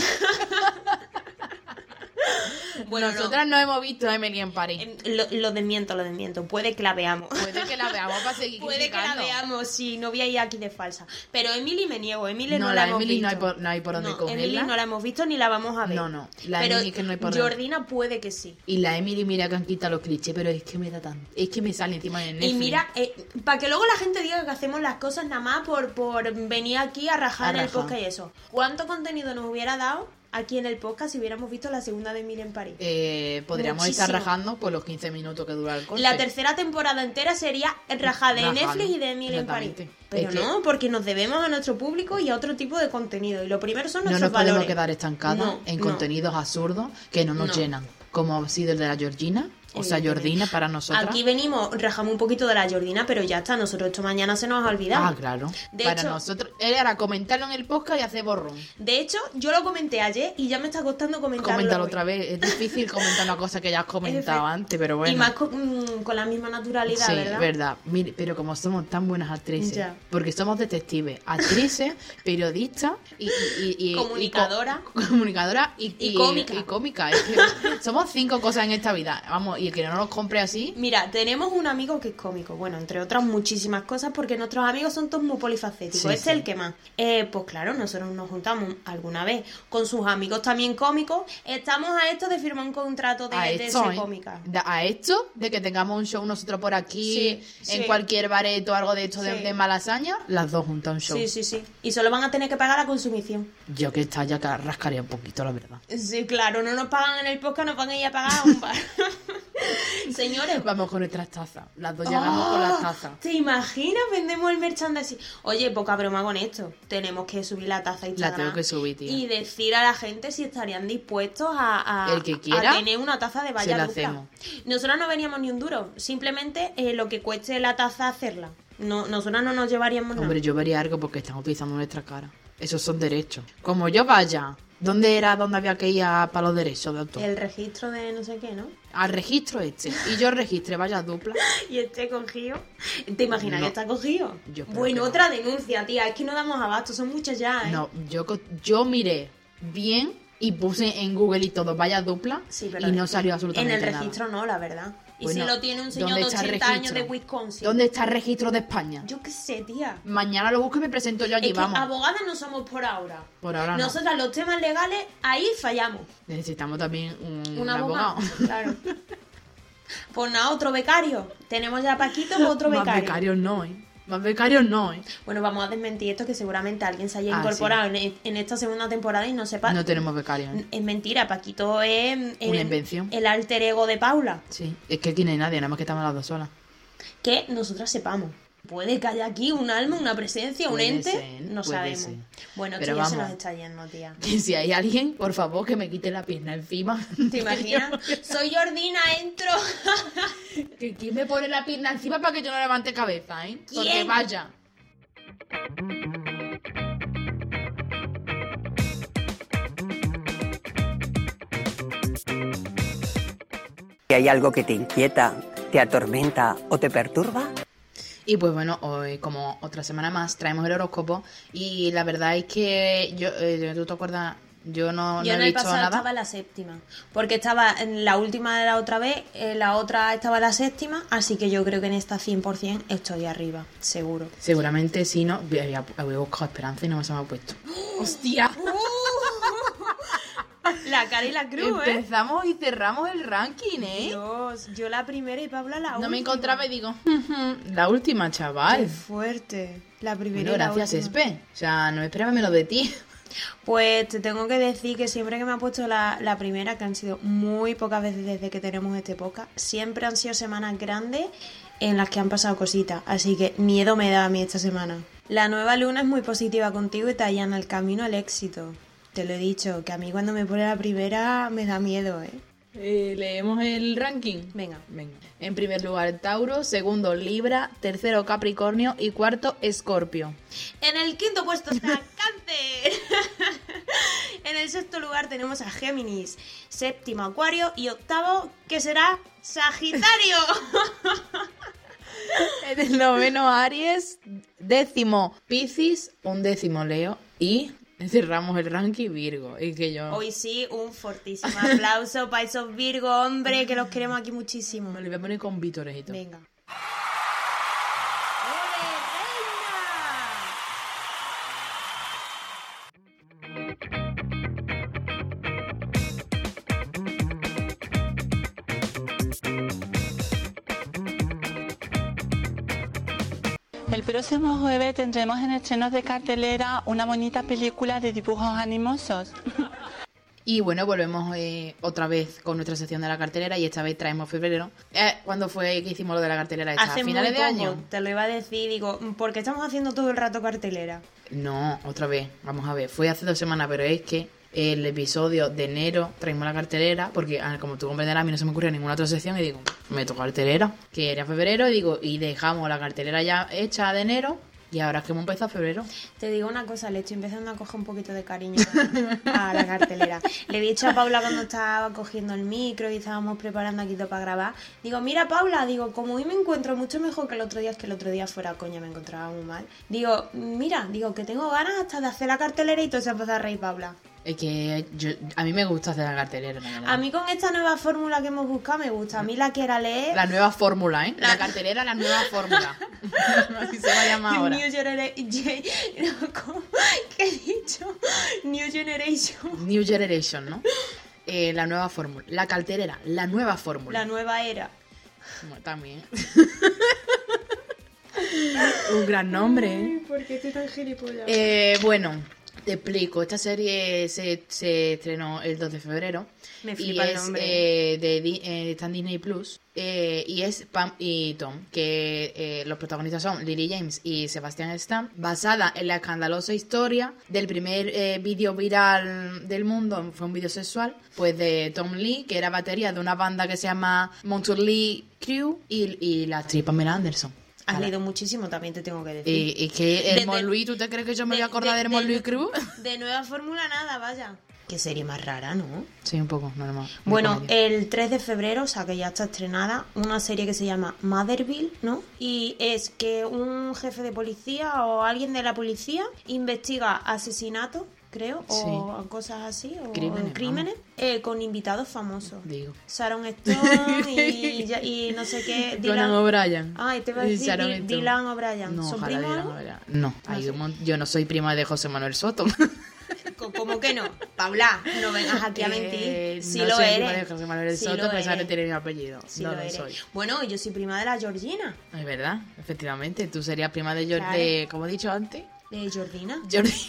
[SPEAKER 3] bueno, no.
[SPEAKER 2] Nosotras no. hemos visto a Emily en París.
[SPEAKER 3] Em, Lo, lo desmiento, lo desmiento. Puede que la veamos.
[SPEAKER 2] Puede que la veamos para seguir
[SPEAKER 3] Puede que la
[SPEAKER 2] criticando.
[SPEAKER 3] veamos, sí, no voy a ir aquí de falsa. Pero Emily me niego, Emily
[SPEAKER 2] No,
[SPEAKER 3] no, la,
[SPEAKER 2] la
[SPEAKER 3] hemos
[SPEAKER 2] Emily no
[SPEAKER 3] visto.
[SPEAKER 2] hay por- no hay por dónde
[SPEAKER 3] No,
[SPEAKER 2] cogerla.
[SPEAKER 3] Emily no la hemos visto ni la vamos a ver.
[SPEAKER 2] No, no, la
[SPEAKER 3] Pero
[SPEAKER 2] Emily que no hay por dónde.
[SPEAKER 3] Jordina puede que sí.
[SPEAKER 2] Y la Emily mira que han quitado los clichés, pero es que me da tan... Es que me sale encima de Netflix.
[SPEAKER 3] Y mira, eh, para que luego la gente diga que hacemos las cosas nada más por, por venir aquí a rajar
[SPEAKER 2] A
[SPEAKER 3] en el
[SPEAKER 2] rajar.
[SPEAKER 3] podcast y eso. ¿Cuánto contenido nos hubiera dado aquí en el podcast si hubiéramos visto la segunda de Emily en París?
[SPEAKER 2] Eh, podríamos estar
[SPEAKER 3] Muchísimo.
[SPEAKER 2] rajando por los 15 minutos que dura el corte.
[SPEAKER 3] La tercera temporada entera sería rajada de
[SPEAKER 2] Rajada,
[SPEAKER 3] Netflix y de Emily en París.
[SPEAKER 2] exactamente.
[SPEAKER 3] Pero
[SPEAKER 2] Es que-
[SPEAKER 3] no, porque nos debemos a nuestro público y a otro tipo de contenido. Y lo primero son
[SPEAKER 2] No
[SPEAKER 3] nuestros
[SPEAKER 2] nos podemos
[SPEAKER 3] valores.
[SPEAKER 2] quedar estancados
[SPEAKER 3] No,
[SPEAKER 2] en
[SPEAKER 3] no.
[SPEAKER 2] contenidos absurdos que no nos
[SPEAKER 3] No.
[SPEAKER 2] llenan. Como ha sido el de la Georgina, o sea, Georgina para nosotras.
[SPEAKER 3] Aquí venimos, rajamos un poquito de la Jordina, pero ya está. Nosotros esto mañana se nos ha olvidado.
[SPEAKER 2] Ah, claro.
[SPEAKER 3] De
[SPEAKER 2] para
[SPEAKER 3] hecho-
[SPEAKER 2] nosotros era comentarlo en el podcast y hacer borrón.
[SPEAKER 3] De hecho, yo lo comenté ayer y ya me está costando comentarlo.
[SPEAKER 2] Coméntalo
[SPEAKER 3] hoy.
[SPEAKER 2] otra vez. Es difícil comentar una cosa que ya has comentado
[SPEAKER 3] Efe-
[SPEAKER 2] antes, pero bueno.
[SPEAKER 3] Y más con, mm, con la misma naturalidad,
[SPEAKER 2] Sí,
[SPEAKER 3] ¿verdad?
[SPEAKER 2] Mire, pero como somos tan buenas actrices,
[SPEAKER 3] Ya.
[SPEAKER 2] porque somos detectives, actrices, periodistas y, y- y- y-
[SPEAKER 3] Comunicadora.
[SPEAKER 2] y co- comunicadora y,
[SPEAKER 3] Y cómica.
[SPEAKER 2] y cómica. Es que somos cinco cosas en esta vida. Vamos, y el que no nos compre así,
[SPEAKER 3] Mira, tenemos un amigo que es cómico, bueno, entre otras muchísimas cosas, porque nuestros amigos son todos muy polifacéticos.
[SPEAKER 2] Sí,
[SPEAKER 3] este
[SPEAKER 2] sí.
[SPEAKER 3] es el que más. Eh, pues claro, nosotros nos juntamos alguna vez con sus amigos también cómicos. Estamos a esto de firmar un contrato de,
[SPEAKER 2] a
[SPEAKER 3] de
[SPEAKER 2] esto,
[SPEAKER 3] ser
[SPEAKER 2] ¿eh?
[SPEAKER 3] cómica.
[SPEAKER 2] Da- a esto, de que tengamos un show nosotros por aquí,
[SPEAKER 3] Sí,
[SPEAKER 2] en
[SPEAKER 3] sí.
[SPEAKER 2] cualquier bareto o algo de esto de,
[SPEAKER 3] Sí.
[SPEAKER 2] de malasaña, las dos juntas un show.
[SPEAKER 3] Sí, sí, sí. Y solo van a tener que pagar la consumición.
[SPEAKER 2] Yo que está ya ca- rascaría un poquito, la verdad.
[SPEAKER 3] Sí, claro, no nos pagan en el podcast, nos van a ir a pagar a un bar. Señores,
[SPEAKER 2] Vamos con nuestras tazas. Las dos llegamos con las
[SPEAKER 3] ¡Oh!
[SPEAKER 2] tazas.
[SPEAKER 3] ¿Te imaginas? Vendemos el merchandising. Oye, poca broma con esto. Tenemos que subir la taza y
[SPEAKER 2] tengo que subir, tía.
[SPEAKER 3] Y decir a la gente si estarían dispuestos a, a-
[SPEAKER 2] El que
[SPEAKER 3] a
[SPEAKER 2] quiera,
[SPEAKER 3] tener una taza de valla
[SPEAKER 2] la
[SPEAKER 3] dupla.
[SPEAKER 2] hacemos.
[SPEAKER 3] Nosotras no veníamos ni un duro. Simplemente eh, lo que cueste la taza hacerla. No, nosotras no nos llevaríamos nada.
[SPEAKER 2] Hombre, yo vería algo porque están utilizando nuestra cara. Esos son derechos. Como yo vaya, ¿dónde era donde había que ir a- para los derechos de autor?
[SPEAKER 3] El registro de no sé qué, ¿no?
[SPEAKER 2] Al registro este. Y yo registré vaya dupla.
[SPEAKER 3] Y este cogido. ¿Te imaginas
[SPEAKER 2] No.
[SPEAKER 3] que está cogido?
[SPEAKER 2] Yo creo que
[SPEAKER 3] bueno,
[SPEAKER 2] no.
[SPEAKER 3] otra denuncia, tía. Es que no damos abasto. Son muchas ya, ¿eh?
[SPEAKER 2] No, yo, co- yo miré bien y puse en Google y todo vaya dupla
[SPEAKER 3] Sí, pero
[SPEAKER 2] y no salió absolutamente
[SPEAKER 3] En el
[SPEAKER 2] nada.
[SPEAKER 3] registro no, la verdad. Y
[SPEAKER 2] Bueno,
[SPEAKER 3] si lo tiene un señor de
[SPEAKER 2] ¿dónde está el
[SPEAKER 3] 80 años de
[SPEAKER 2] registro?
[SPEAKER 3] Wisconsin.
[SPEAKER 2] ¿Dónde está el registro de España?
[SPEAKER 3] Yo qué sé, tía.
[SPEAKER 2] Mañana lo busco y me presento yo allí,
[SPEAKER 3] Es que
[SPEAKER 2] vamos.
[SPEAKER 3] abogadas no somos por ahora.
[SPEAKER 2] Por ahora no.
[SPEAKER 3] Nosotras los temas legales, ahí fallamos.
[SPEAKER 2] Necesitamos también un,
[SPEAKER 3] Un abogado.
[SPEAKER 2] abogado.
[SPEAKER 3] Claro. Pues nada, otro becario. Tenemos ya a Paquito, pues otro
[SPEAKER 2] Más
[SPEAKER 3] becario.
[SPEAKER 2] becarios no, ¿eh? Más becarios no, ¿eh?
[SPEAKER 3] Bueno, vamos a desmentir esto que seguramente alguien se haya
[SPEAKER 2] Ah,
[SPEAKER 3] incorporado en- en, esta segunda temporada y no sepa.
[SPEAKER 2] No tenemos becarios. ¿eh?
[SPEAKER 3] Es mentira, Paquito es es
[SPEAKER 2] Una invención.
[SPEAKER 3] el alter ego de Paula.
[SPEAKER 2] Sí, es que aquí no hay nadie, nada más que estamos las dos solas.
[SPEAKER 3] que nosotras sepamos. Puede que haya aquí un alma, una presencia, un
[SPEAKER 2] Puede
[SPEAKER 3] ente,
[SPEAKER 2] ser,
[SPEAKER 3] no
[SPEAKER 2] puede
[SPEAKER 3] sabemos.
[SPEAKER 2] ser.
[SPEAKER 3] Bueno,
[SPEAKER 2] Pero
[SPEAKER 3] esto ya se
[SPEAKER 2] vamos.
[SPEAKER 3] nos está yendo, tía.
[SPEAKER 2] Y si hay alguien, por favor, que me quite la pierna encima.
[SPEAKER 3] ¿Te imaginas? Soy Jordina, entro.
[SPEAKER 2] Que ¿Quién me pone la pierna encima para que yo no levante cabeza, eh? Porque
[SPEAKER 3] ¿Quién?
[SPEAKER 2] vaya.
[SPEAKER 5] Si hay algo que te inquieta, te atormenta o te perturba,
[SPEAKER 2] Y pues bueno, hoy como otra semana más traemos el horóscopo y la verdad es que yo, eh, tú te acuerdas, yo no,
[SPEAKER 3] Yo
[SPEAKER 2] no
[SPEAKER 3] en
[SPEAKER 2] he
[SPEAKER 3] el
[SPEAKER 2] visto
[SPEAKER 3] pasado
[SPEAKER 2] nada.
[SPEAKER 3] estaba la séptima. Porque estaba en la última de la otra vez, en la otra estaba la séptima, así que yo creo que en esta 100% estoy arriba, seguro.
[SPEAKER 2] Seguramente sí, no. Había, había buscado esperanza y no me se me ha puesto. ¡Hostia!
[SPEAKER 3] La cara y la cruz, ¿eh?
[SPEAKER 2] Empezamos y cerramos el ranking, ¿eh?
[SPEAKER 3] Dios, yo la primera y Paula la última.
[SPEAKER 2] no me encontraba y digo, la última,
[SPEAKER 3] Qué
[SPEAKER 2] chaval.
[SPEAKER 3] fuerte. La primera
[SPEAKER 2] Bueno,
[SPEAKER 3] y la
[SPEAKER 2] gracias,
[SPEAKER 3] última.
[SPEAKER 2] Espe. O sea, no esperaba menos de ti.
[SPEAKER 3] Pues te tengo que decir que siempre que me ha puesto la, la primera, que han sido muy pocas veces desde que tenemos este podcast, siempre han sido semanas grandes en las que han pasado cositas. Así que miedo me da a mí esta semana. La nueva luna es muy positiva contigo y te allana el camino al éxito. Te lo he dicho, que a mí cuando me pone la primera me da miedo, ¿eh?
[SPEAKER 2] Leemos el ranking.
[SPEAKER 3] Venga.
[SPEAKER 2] Venga. En primer lugar, Tauro. Segundo, Libra. Tercero, Capricornio. Y cuarto, Escorpio.
[SPEAKER 3] En el quinto puesto está Cáncer. en el sexto lugar tenemos a Géminis. Séptimo, Acuario. Y octavo, que será Sagitario.
[SPEAKER 2] En el noveno, Aries. Décimo, Piscis. Undécimo, Leo. Y cerramos el ranking, Virgo. Y que yo
[SPEAKER 3] Hoy sí, un fortísimo aplauso para esos Virgo, hombre, que los queremos aquí muchísimo.
[SPEAKER 2] me lo voy a poner con vítores y todo.
[SPEAKER 3] Venga. ¡Ole, reina!
[SPEAKER 6] El próximo jueves tendremos en estrenos de cartelera una bonita película de dibujos animosos.
[SPEAKER 2] Y bueno, volvemos eh, otra vez con nuestra sección de la cartelera y esta vez traemos febrero. Eh, ¿Cuándo fue que hicimos lo de la cartelera esta?
[SPEAKER 3] Hace
[SPEAKER 2] ¿A finales
[SPEAKER 3] muy
[SPEAKER 2] de
[SPEAKER 3] poco,
[SPEAKER 2] año?
[SPEAKER 3] Te lo iba a decir, digo, porque estamos haciendo todo el rato cartelera.
[SPEAKER 2] No, otra vez. Vamos a ver. Fue hace dos semanas, pero es que el episodio de enero traímos la cartelera porque, ah, como tú comprenderás, a mí no se me ocurrió ninguna otra sección y digo, me tocó cartelera, que era febrero, y digo, y dejamos la cartelera ya hecha de enero y ahora es que hemos empezado febrero.
[SPEAKER 3] Te digo una cosa, le estoy empezando a coger un poquito de cariño a la cartelera. Le he dicho a Paula cuando estaba cogiendo el micro y estábamos preparando aquí todo para grabar. Digo, mira Paula, digo, como hoy me encuentro mucho mejor que el otro día, es que el otro día fuera coña, me encontraba muy mal. Digo, mira, digo que tengo ganas hasta de hacer la cartelera y todo se ha empezado a reír Paula.
[SPEAKER 2] Es que yo- a mí me gusta hacer la cartelera. la verdad.
[SPEAKER 3] A mí con esta nueva fórmula que hemos buscado me gusta. A mí la que era leer.
[SPEAKER 2] La nueva fórmula, ¿eh? La cartelera, la nueva fórmula. Así se va a llamar ahora.
[SPEAKER 3] New Generation. ¿Qué he dicho? New Generation.
[SPEAKER 2] New Generation, ¿no? Eh, la nueva fórmula. La cartelera, la nueva fórmula.
[SPEAKER 3] La nueva era.
[SPEAKER 2] Bueno, también. Un gran nombre, ¿eh?
[SPEAKER 4] ¿Por qué estoy tan gilipollas?
[SPEAKER 2] Eh, bueno, te explico. Esta serie se, se estrenó el 2 de febrero.
[SPEAKER 3] Me
[SPEAKER 2] y
[SPEAKER 3] flipa el
[SPEAKER 2] es,
[SPEAKER 3] nombre.
[SPEAKER 2] eh, de, Di- eh, está en Disney Plus. eh, y es Pam y Tom, que eh, los protagonistas son Lily James y Sebastian Stan, basada en la escandalosa historia del primer eh, vídeo viral del mundo, fue un vídeo sexual, pues de Tom Lee, que era batería de una banda que se llama Monster Lee Crew, y, y la actriz Pamela Anderson.
[SPEAKER 3] Has
[SPEAKER 2] A la-
[SPEAKER 3] leído muchísimo también, te tengo que decir.
[SPEAKER 2] y, y que
[SPEAKER 3] Desde-
[SPEAKER 2] Hermón Luis, ¿tú te crees que yo me voy a acordar de, Hermón Luis Cruz?
[SPEAKER 3] De nueva fórmula nada, vaya. Qué serie más rara, ¿no?
[SPEAKER 2] Sí, un poco, normal.
[SPEAKER 3] Bueno,
[SPEAKER 2] eh,
[SPEAKER 3] el 3 de febrero, o sea que ya está estrenada, una serie que se llama Motherville, ¿no? Y es que un jefe de policía o alguien de la policía investiga asesinatos, creo, o cosas así, o
[SPEAKER 2] Crímenes,
[SPEAKER 3] crímenes,
[SPEAKER 2] vamos.
[SPEAKER 3] eh, con invitados famosos.
[SPEAKER 2] Digo.
[SPEAKER 3] Sharon Stone y, ya- y no sé qué.
[SPEAKER 2] Conan O'Brien.
[SPEAKER 3] Ay, te iba a
[SPEAKER 2] Y
[SPEAKER 3] decir
[SPEAKER 2] Sharon
[SPEAKER 3] Dil-
[SPEAKER 2] Stone.
[SPEAKER 3] Dylan O'Brien.
[SPEAKER 2] No,
[SPEAKER 3] ¿Son
[SPEAKER 2] ojalá
[SPEAKER 3] primos Ah, o
[SPEAKER 2] Dylan
[SPEAKER 3] algo?
[SPEAKER 2] O'Brien. No, hay un mon- yo no soy prima de José Manuel Soto.
[SPEAKER 3] Co- ¿Cómo que no? Paula, no vengas aquí a
[SPEAKER 2] Eh,
[SPEAKER 3] mentir. Si
[SPEAKER 2] no
[SPEAKER 3] lo
[SPEAKER 2] soy prima de
[SPEAKER 3] eres.
[SPEAKER 2] José Manuel
[SPEAKER 3] Sí
[SPEAKER 2] Soto,
[SPEAKER 3] lo
[SPEAKER 2] a pesar de
[SPEAKER 3] eres.
[SPEAKER 2] tener mi apellido.
[SPEAKER 3] Sí
[SPEAKER 2] no
[SPEAKER 3] lo
[SPEAKER 2] lo,
[SPEAKER 3] eres.
[SPEAKER 2] soy.
[SPEAKER 3] Bueno, yo soy prima de la Georgina.
[SPEAKER 2] Es verdad, efectivamente. Tú serías prima de
[SPEAKER 3] Claro.
[SPEAKER 2] Jordi, como he dicho antes,
[SPEAKER 3] ¿De Georgina?
[SPEAKER 2] Jordina.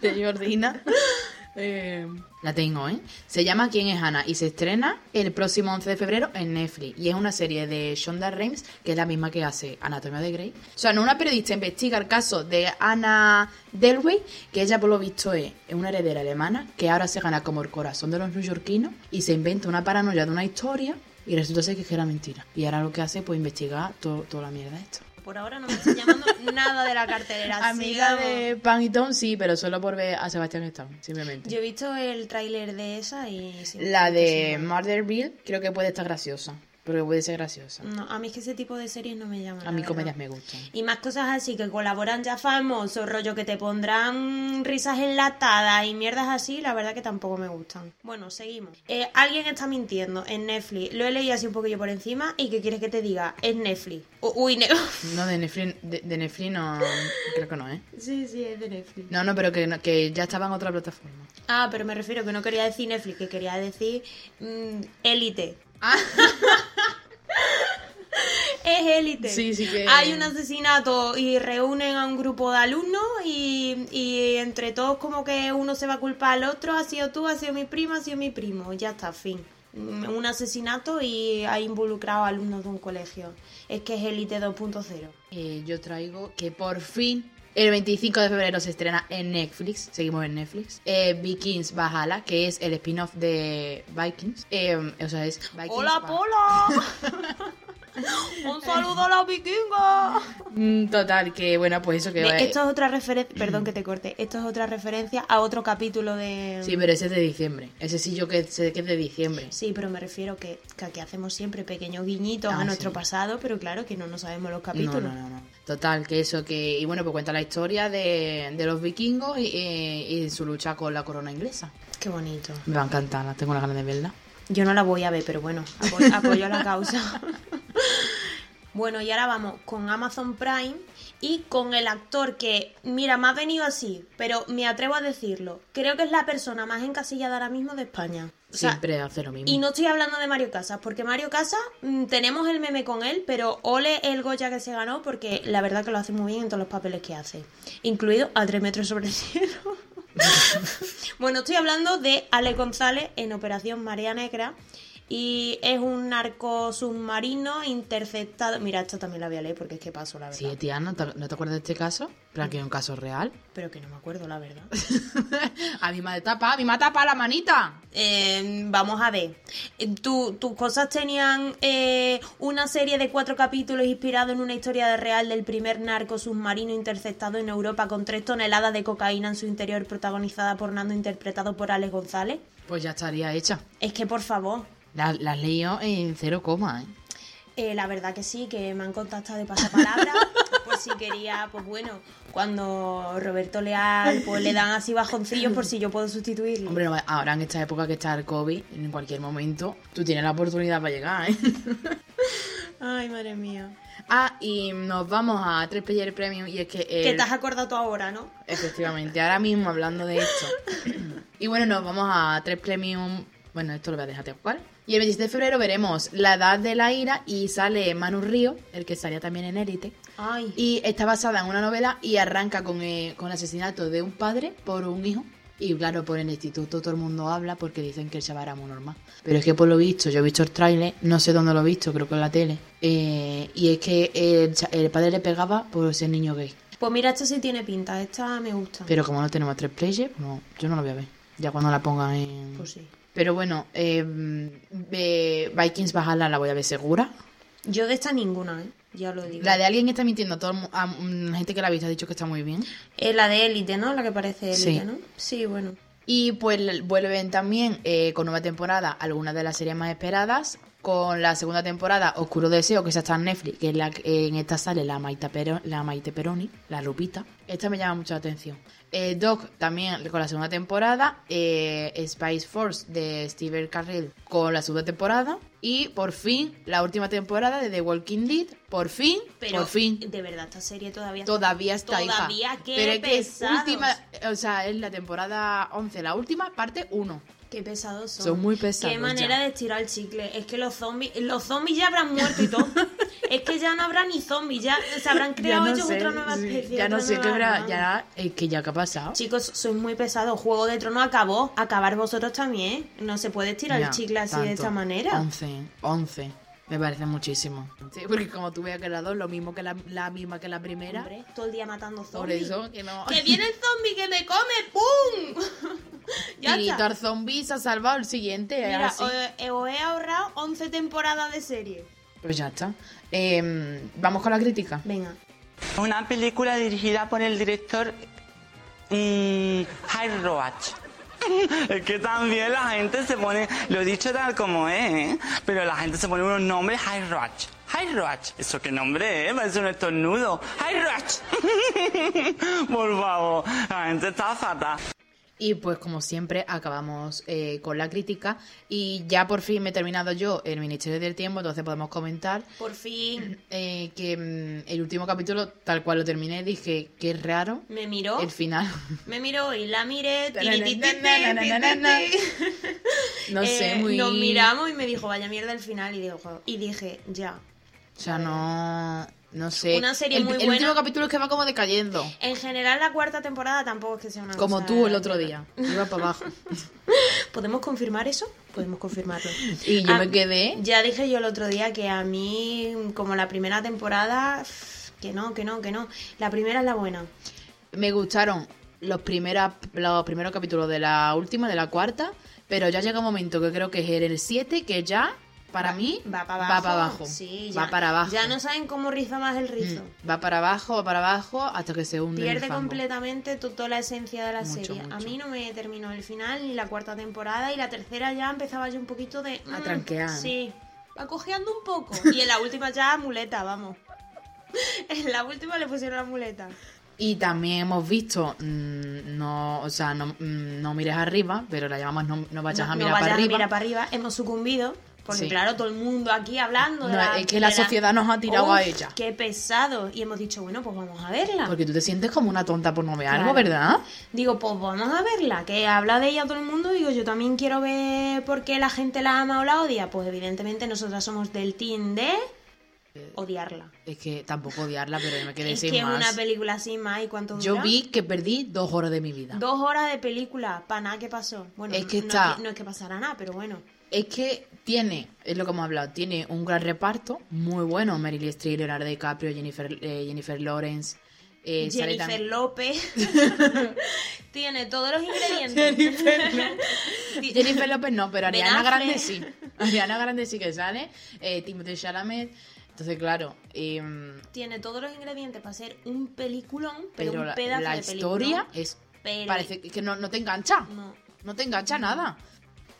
[SPEAKER 2] de Jordina. Eh, la tengo, ¿eh? Se llama ¿Quién es Ana? y se estrena el próximo 11 de febrero en Netflix. Y es una serie de Shonda Rhimes, que es la misma que hace Anatomía de Grey. O sea, no una periodista investiga el caso de Anna Delway, que ella por lo visto es una heredera alemana, que ahora se gana como el corazón de los neoyorquinos y se inventa una paranoia de una historia y resulta ser que era mentira. Y ahora lo que hace pues investigar to- toda la mierda esta.
[SPEAKER 3] Por ahora no me estoy llamando nada de la cartelera.
[SPEAKER 2] Amiga
[SPEAKER 3] sigamos.
[SPEAKER 2] de Pan y Tom, sí, pero solo por ver a Sebastián Stan, simplemente.
[SPEAKER 3] Yo he visto el tráiler de esa y... sí,
[SPEAKER 2] La de
[SPEAKER 3] sí,
[SPEAKER 2] Murderville creo que puede estar graciosa, porque puede ser graciosa.
[SPEAKER 3] no. No, a mí es que ese tipo de series no me llaman.
[SPEAKER 2] A mí comedias me gustan.
[SPEAKER 3] Y más cosas así que colaboran ya famosos, rollo que te pondrán risas enlatadas y mierdas así, la verdad que tampoco me gustan. Bueno, seguimos. Eh, alguien está mintiendo en Netflix. Lo he leído así un poquillo por encima y ¿qué quieres que te diga? Es Netflix. U- Uy, ne-
[SPEAKER 2] No, de Netflix, de, de Netflix no, creo que no, ¿eh?
[SPEAKER 3] Sí, sí, es de Netflix.
[SPEAKER 2] No, no, pero que, no- que ya estaba en otra plataforma.
[SPEAKER 3] Ah, pero me refiero que no quería decir Netflix, que quería decir mm, élite.
[SPEAKER 2] Ah.
[SPEAKER 3] es élite.
[SPEAKER 2] Sí, sí que-
[SPEAKER 3] Hay un asesinato y reúnen a un grupo de alumnos y, y entre todos como que uno se va a culpar al otro, ha sido tú, ha sido mi prima, ha sido mi primo, ya está, fin. Mm, Un asesinato y ha involucrado a alumnos de un colegio. Es que es élite 2.0.
[SPEAKER 2] Eh, yo traigo que por fin el 25 de febrero se estrena en Netflix, seguimos en Netflix, eh, Vikings Bajala, que es el spin-off de Vikings. eh, o sea, es Vikings
[SPEAKER 3] ¡Hola,
[SPEAKER 2] Valhalla.
[SPEAKER 3] Pola! ¡Un saludo a la vikinga!
[SPEAKER 2] Mm, Total, que bueno, pues eso que...
[SPEAKER 3] Ve,
[SPEAKER 2] va-
[SPEAKER 3] Esto es otra referencia, perdón que te corte, esto es otra referencia a otro capítulo de...
[SPEAKER 2] Sí, pero ese es de diciembre. Ese sí yo que sé que es de diciembre.
[SPEAKER 3] Sí, pero me refiero que, que aquí hacemos siempre pequeños guiñitos
[SPEAKER 2] Ah,
[SPEAKER 3] a nuestro
[SPEAKER 2] sí.
[SPEAKER 3] pasado, pero claro que no nos sabemos los capítulos.
[SPEAKER 2] No, no, no, no. Total, que eso que... Y bueno, pues cuenta la historia de, de los vikingos y, eh, y su lucha con la corona inglesa.
[SPEAKER 3] Qué bonito.
[SPEAKER 2] Me va a encantar, la- tengo las ganas de verla.
[SPEAKER 3] Yo no la voy a ver, pero bueno, apo- apoyo la causa. bueno, y ahora vamos con Amazon Prime y con el actor que, mira, me ha venido así, pero me atrevo a decirlo. Creo que es la persona más encasillada ahora mismo de España. O sea,
[SPEAKER 2] Siempre hace lo mismo.
[SPEAKER 3] Y no estoy hablando de Mario Casas, porque Mario Casas mm, tenemos el meme con él, pero ole el Goya que se ganó, porque la verdad que lo hace muy bien en todos los papeles que hace, incluido a tres metros sobre el cielo. bueno, estoy hablando de Ale González en Operación Marea Negra. Y es un narco submarino interceptado. Mira, esta también la voy a leer porque es que paso, la verdad.
[SPEAKER 2] Sí, tía, ¿no te, no te acuerdas de este caso? Pero que es un caso real.
[SPEAKER 3] Pero que no me acuerdo, la verdad.
[SPEAKER 2] a mí me ha tapado, a mí me ha tapado la manita.
[SPEAKER 3] Eh, vamos a ver. Eh, tu- tus cosas tenían eh, una serie de cuatro capítulos inspirado en una historia de real del primer narco submarino interceptado en Europa con tres toneladas de cocaína en su interior, protagonizada por Nando, interpretado por Alex González.
[SPEAKER 2] Pues ya estaría hecha.
[SPEAKER 3] Es que, por favor,
[SPEAKER 2] Las la leo en cero coma, ¿eh?
[SPEAKER 3] eh, la verdad que sí, que me han contactado de pasapalabra. Pues si quería, pues bueno, cuando Roberto Leal, pues le dan así bajoncillos por si yo puedo sustituirlo.
[SPEAKER 2] Hombre, no, ahora en esta época que está el COVID, en cualquier momento, tú tienes la oportunidad para llegar, ¿eh?
[SPEAKER 3] Ay, madre mía.
[SPEAKER 2] Ah, y nos vamos a Tres Player Premium y es que... el-
[SPEAKER 3] Que te has acordado tú ahora, ¿no?
[SPEAKER 2] Efectivamente, ahora mismo hablando de esto. Y bueno, nos vamos a 3 Premium. Bueno, esto lo voy a dejar tal cual. Y el 26 de febrero veremos La Edad de la Ira y sale Manu Río, el que salía también en Élite.
[SPEAKER 3] Ay.
[SPEAKER 2] Y está basada en una novela y arranca con, eh, con el asesinato de un padre por un hijo. Y claro, por el instituto todo el mundo habla porque dicen que el chaval era muy normal. Pero es que por lo visto, yo he visto el tráiler, no sé dónde lo he visto, creo que en la tele. Eh, y es que el, cha- el padre le pegaba por ser niño gay.
[SPEAKER 3] Pues mira, esto sí tiene pinta, esta me gusta.
[SPEAKER 2] Pero como no tenemos tres players, no, yo no lo voy a ver. Ya cuando la pongan en.
[SPEAKER 3] Pues sí.
[SPEAKER 2] Pero bueno, eh, eh, Vikings Bajala la voy a ver segura.
[SPEAKER 3] Yo de esta ninguna, ¿eh? Ya lo digo.
[SPEAKER 2] La de alguien está mintiendo. Todo el mu- a mm, la gente que la ha visto ha dicho que está muy bien.
[SPEAKER 3] Eh, la de élite, ¿no? La que parece élite,
[SPEAKER 2] Sí.
[SPEAKER 3] ¿no? Sí, bueno.
[SPEAKER 2] Y pues l- vuelven también eh, con nueva temporada algunas de las series más esperadas. Con la segunda temporada Oscuro Deseo, que esa está en Netflix, que es la, que- en esta sale la Maite, Pero- la Maite Peroni, la Lupita. Esta me llama mucho la atención. Eh, Doc también con la segunda temporada. eh, Spice Force de Steven Carrell con la segunda temporada. Y por fin, la última temporada de The Walking Dead. Por fin,
[SPEAKER 3] Pero
[SPEAKER 2] por fin.
[SPEAKER 3] de verdad, esta serie todavía
[SPEAKER 2] Todavía está hija.
[SPEAKER 3] Todavía, qué
[SPEAKER 2] Pero es que es
[SPEAKER 3] pesados.
[SPEAKER 2] última, o sea, es la temporada 11, la última, parte 1.
[SPEAKER 3] Qué pesados son.
[SPEAKER 2] Son muy pesados
[SPEAKER 3] Qué manera
[SPEAKER 2] ya.
[SPEAKER 3] de estirar el chicle. Es que los zombies, los zombies ya habrán muerto y todo. es que ya no habrá ni zombies, ya se habrán creado ellos otra nueva
[SPEAKER 2] sí,
[SPEAKER 3] especie.
[SPEAKER 2] ya no
[SPEAKER 3] otra
[SPEAKER 2] sé qué
[SPEAKER 3] nueva
[SPEAKER 2] habrá,
[SPEAKER 3] rama.
[SPEAKER 2] ya es que ya que ha pasado.
[SPEAKER 3] Chicos, sois muy pesados. Juego de Tronos acabó. Acabar vosotros también. No se puede estirar
[SPEAKER 2] Ya,
[SPEAKER 3] el chicle así de
[SPEAKER 2] tanto.
[SPEAKER 3] esta manera.
[SPEAKER 2] 11, 11. Me parece muchísimo. Sí, porque como tú veas que la 2, lo mismo que la, la misma que la primera.
[SPEAKER 3] Hombre, todo el día matando
[SPEAKER 2] por
[SPEAKER 3] zombies.
[SPEAKER 2] eso que no.
[SPEAKER 3] ¡Que viene el zombie que me come! ¡Pum! ya
[SPEAKER 2] Tirito
[SPEAKER 3] está.
[SPEAKER 2] al zombie se ha salvado el siguiente. es
[SPEAKER 3] Mira,
[SPEAKER 2] así.
[SPEAKER 3] os, os he ahorrado 11 temporadas de serie.
[SPEAKER 2] Pues ya está. Eh, Vamos con la crítica.
[SPEAKER 3] Venga.
[SPEAKER 6] Una película dirigida por el director mm, High Roach. Es que también la gente se pone, lo he dicho tal como es, ¿eh? pero la gente se pone unos nombres High Roach. High Roach. Eso qué nombre es, parece un estornudo. High Roach. Por favor, la gente está fatal.
[SPEAKER 2] Y pues como siempre acabamos eh, con la crítica y ya por fin me he terminado yo el Ministerio del Tiempo, entonces podemos comentar
[SPEAKER 3] Por fin.
[SPEAKER 2] eh, que mm, el último capítulo, tal cual lo terminé, dije que es raro
[SPEAKER 3] Me miró.
[SPEAKER 2] el final.
[SPEAKER 3] Me miró y la miré. tirititi, tirititi.
[SPEAKER 2] no sé,
[SPEAKER 3] Eh,
[SPEAKER 2] muy...
[SPEAKER 3] Nos miramos y me dijo, vaya mierda el final. Y dijo, y dije, ya.
[SPEAKER 2] O sea, no... No sé.
[SPEAKER 3] Una serie
[SPEAKER 2] el,
[SPEAKER 3] muy
[SPEAKER 2] el
[SPEAKER 3] buena.
[SPEAKER 2] último capítulo es que va como decayendo.
[SPEAKER 3] En general, la cuarta temporada tampoco es que Ah, sea una
[SPEAKER 2] Como
[SPEAKER 3] cosa
[SPEAKER 2] tú el otro día.
[SPEAKER 3] grandiosa.
[SPEAKER 2] Iba para abajo.
[SPEAKER 3] ¿Podemos confirmar eso? Podemos confirmarlo.
[SPEAKER 2] Y yo
[SPEAKER 3] Ah,
[SPEAKER 2] me quedé...
[SPEAKER 3] Ya dije yo el otro día que a mí, como la primera temporada, pff, que no, que no, que no. La primera es la buena.
[SPEAKER 2] Me gustaron los, primera- los primeros capítulos de la última, de la cuarta, pero ya llega un momento que creo que es el 7, que ya, para mí,
[SPEAKER 3] Va para abajo.
[SPEAKER 2] Va para abajo.
[SPEAKER 3] Sí, ya-
[SPEAKER 2] va para abajo.
[SPEAKER 3] Ya no saben cómo riza más el rizo.
[SPEAKER 2] Mm, Va para abajo, va para abajo, hasta que se hunde. en el
[SPEAKER 3] Pierde
[SPEAKER 2] fango.
[SPEAKER 3] completamente to- toda la esencia de la
[SPEAKER 2] Mucho,
[SPEAKER 3] serie. A
[SPEAKER 2] mucho.
[SPEAKER 3] mí no me terminó el final ni la cuarta temporada y la tercera ya empezaba yo un poquito de...
[SPEAKER 2] A
[SPEAKER 3] mm,
[SPEAKER 2] tranquear.
[SPEAKER 3] Sí, va cojeando un poco. Y en la última ya muleta, vamos. En la última le pusieron la muleta.
[SPEAKER 2] Y también hemos visto, mm, no, o sea, no, mm, no mires arriba, pero la llamamos no, no vayas a
[SPEAKER 3] no
[SPEAKER 2] mirar
[SPEAKER 3] vayas
[SPEAKER 2] para
[SPEAKER 3] a
[SPEAKER 2] arriba.
[SPEAKER 3] mirar para arriba. Hemos sucumbido. Porque
[SPEAKER 2] Sí.
[SPEAKER 3] claro, todo el mundo aquí hablando de
[SPEAKER 2] No,
[SPEAKER 3] la-
[SPEAKER 2] es que la
[SPEAKER 3] de
[SPEAKER 2] sociedad nos ha tirado a ella.
[SPEAKER 3] Qué pesado. Y hemos dicho, bueno, pues vamos a verla.
[SPEAKER 2] Porque tú te sientes como una tonta por no ver algo,
[SPEAKER 3] Claro.
[SPEAKER 2] ¿verdad?
[SPEAKER 3] Digo, pues vamos a verla, que habla de ella todo el mundo. Digo, yo también quiero ver por qué la gente la ama o la odia. Pues evidentemente nosotras somos del team de odiarla.
[SPEAKER 2] Es que tampoco odiarla, pero yo me quedé
[SPEAKER 3] Es
[SPEAKER 2] sin
[SPEAKER 3] que es
[SPEAKER 2] Eh, más.
[SPEAKER 3] una película sin más y cuánto dura.
[SPEAKER 2] Yo vi que perdí dos horas de mi vida.
[SPEAKER 3] dos horas de película, para nada que pasó. Bueno,
[SPEAKER 2] Es que
[SPEAKER 3] no,
[SPEAKER 2] está-
[SPEAKER 3] no, es que pasará nada, pero bueno.
[SPEAKER 2] Es que tiene, es lo que hemos hablado, tiene un gran reparto, muy bueno. Meryl Streep, Leonardo DiCaprio, Jennifer, eh, Jennifer Lawrence. eh, sale
[SPEAKER 3] Jennifer
[SPEAKER 2] también-
[SPEAKER 3] López tiene todos los ingredientes.
[SPEAKER 2] Jennifer López.
[SPEAKER 3] Ti-
[SPEAKER 2] Jennifer López no, pero
[SPEAKER 3] Ben
[SPEAKER 2] Ariana
[SPEAKER 3] Affleck.
[SPEAKER 2] Grande sí. Ariana Grande sí que sale. Eh, Timothée Chalamet. Entonces, claro, eh,
[SPEAKER 3] Tiene todos los ingredientes para ser un peliculón, pero,
[SPEAKER 2] pero
[SPEAKER 3] un
[SPEAKER 2] la,
[SPEAKER 3] pedazo
[SPEAKER 2] la
[SPEAKER 3] de
[SPEAKER 2] historia
[SPEAKER 3] peliculón.
[SPEAKER 2] es
[SPEAKER 3] Pero-
[SPEAKER 2] parece que no, no te engancha.
[SPEAKER 3] No.
[SPEAKER 2] No te engancha nada.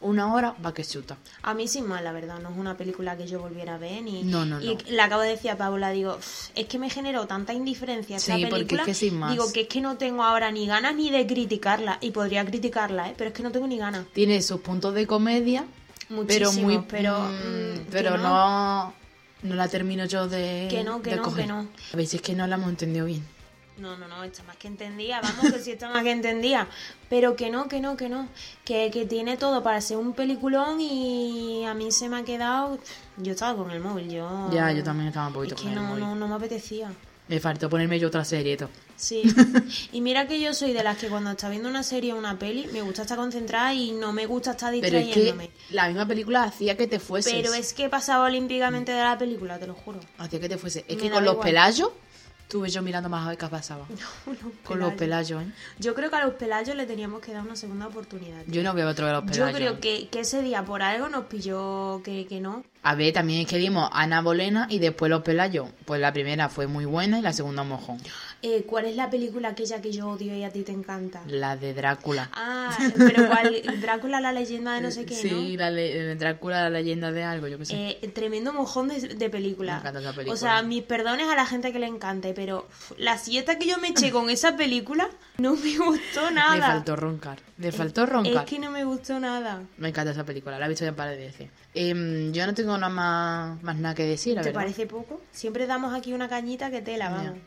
[SPEAKER 2] una hora va que chuta.
[SPEAKER 3] A mí sin más, la verdad, no es una película que yo volviera a ver ni...
[SPEAKER 2] No, no,
[SPEAKER 3] Y
[SPEAKER 2] no.
[SPEAKER 3] le acabo de decir a Paula, digo, "Uf, es que me generó tanta indiferencia esta
[SPEAKER 2] Sí, porque
[SPEAKER 3] película.
[SPEAKER 2] es que sin más.
[SPEAKER 3] Digo que es que no tengo ahora ni ganas ni de criticarla, y podría criticarla, ¿eh? pero es que no tengo ni ganas.
[SPEAKER 2] Tiene sus puntos de comedia, pero
[SPEAKER 3] Muchísimos,
[SPEAKER 2] muy
[SPEAKER 3] pero,
[SPEAKER 2] mm,
[SPEAKER 3] mm, que
[SPEAKER 2] pero no. no la termino yo de
[SPEAKER 3] Que no, que
[SPEAKER 2] de
[SPEAKER 3] no,
[SPEAKER 2] coger.
[SPEAKER 3] que no.
[SPEAKER 2] A veces es que no la hemos entendido bien.
[SPEAKER 3] No, no, no, está más que entendía, vamos, que sí está más que entendía. Pero que no, que no, que no. Que, que tiene todo para ser un peliculón y a mí se me ha quedado. Yo estaba con el móvil, yo.
[SPEAKER 2] Ya, yo también estaba un poquito
[SPEAKER 3] Es
[SPEAKER 2] con
[SPEAKER 3] que
[SPEAKER 2] el
[SPEAKER 3] no,
[SPEAKER 2] móvil.
[SPEAKER 3] no, no me apetecía.
[SPEAKER 2] Me faltó ponerme yo otra serie y todo.
[SPEAKER 3] Sí. Y mira que yo soy de las que cuando está viendo una serie o una peli, me gusta estar concentrada y no me gusta estar
[SPEAKER 2] Pero es
[SPEAKER 3] distrayéndome.
[SPEAKER 2] que la misma película hacía que te fueses.
[SPEAKER 3] Pero es que he pasado olímpicamente de la película, te lo juro.
[SPEAKER 2] Hacía que te fuese.
[SPEAKER 3] Me
[SPEAKER 2] Es que
[SPEAKER 3] daba
[SPEAKER 2] con los
[SPEAKER 3] igual.
[SPEAKER 2] pelayos tuve yo mirando más a ver qué pasaba. con los pelayos, ¿eh?
[SPEAKER 3] Yo creo que a los pelayos le teníamos que dar una segunda oportunidad. tío.
[SPEAKER 2] Yo no veo otro de los
[SPEAKER 3] Yo
[SPEAKER 2] pelayos.
[SPEAKER 3] creo que, que ese día por algo nos pilló que, que no.
[SPEAKER 2] A ver, también es que vimos Ana Bolena y después los pelayos. Pues la primera fue muy buena y la segunda un mojón.
[SPEAKER 3] Eh, ¿Cuál es la película aquella que yo odio y a ti te encanta?
[SPEAKER 2] La de Drácula.
[SPEAKER 3] Ah, pero ¿cuál? Drácula, la leyenda de Ah, no sé qué,
[SPEAKER 2] sí, la le- eh, Drácula, la leyenda de algo, yo qué
[SPEAKER 3] ¿no?
[SPEAKER 2] sé.
[SPEAKER 3] Eh, tremendo mojón de, de película.
[SPEAKER 2] Me encanta esa película.
[SPEAKER 3] O sea, mis perdones a la gente que le encante, pero uf, la siesta que yo me eché con esa película no me gustó nada. Eh,
[SPEAKER 2] Le faltó roncar. Le faltó
[SPEAKER 3] Es-
[SPEAKER 2] roncar.
[SPEAKER 3] Es que no me gustó nada.
[SPEAKER 2] Me encanta esa película, la he visto ya un par de veces. Em, yo no tengo nada más, más nada que decir, la
[SPEAKER 3] ¿Te
[SPEAKER 2] verdad.
[SPEAKER 3] parece poco? Siempre damos aquí una cañita que tela,
[SPEAKER 2] Ya.
[SPEAKER 3] vamos.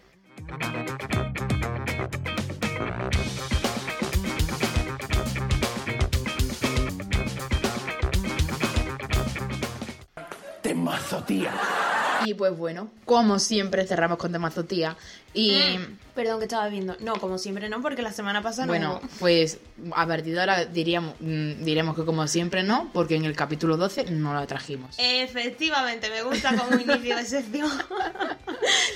[SPEAKER 5] Temazo, tía.
[SPEAKER 2] Y pues bueno, como siempre cerramos con Temazo Tía. Y
[SPEAKER 3] Eh, Perdón que estaba viendo. No, como siempre no, porque la semana pasada no
[SPEAKER 2] bueno,
[SPEAKER 3] hubo.
[SPEAKER 2] pues a partir de ahora diríamos, mm, diremos que como siempre no, porque en el capítulo 12 no la trajimos.
[SPEAKER 3] Eh. Efectivamente, me gusta como inicio de sección.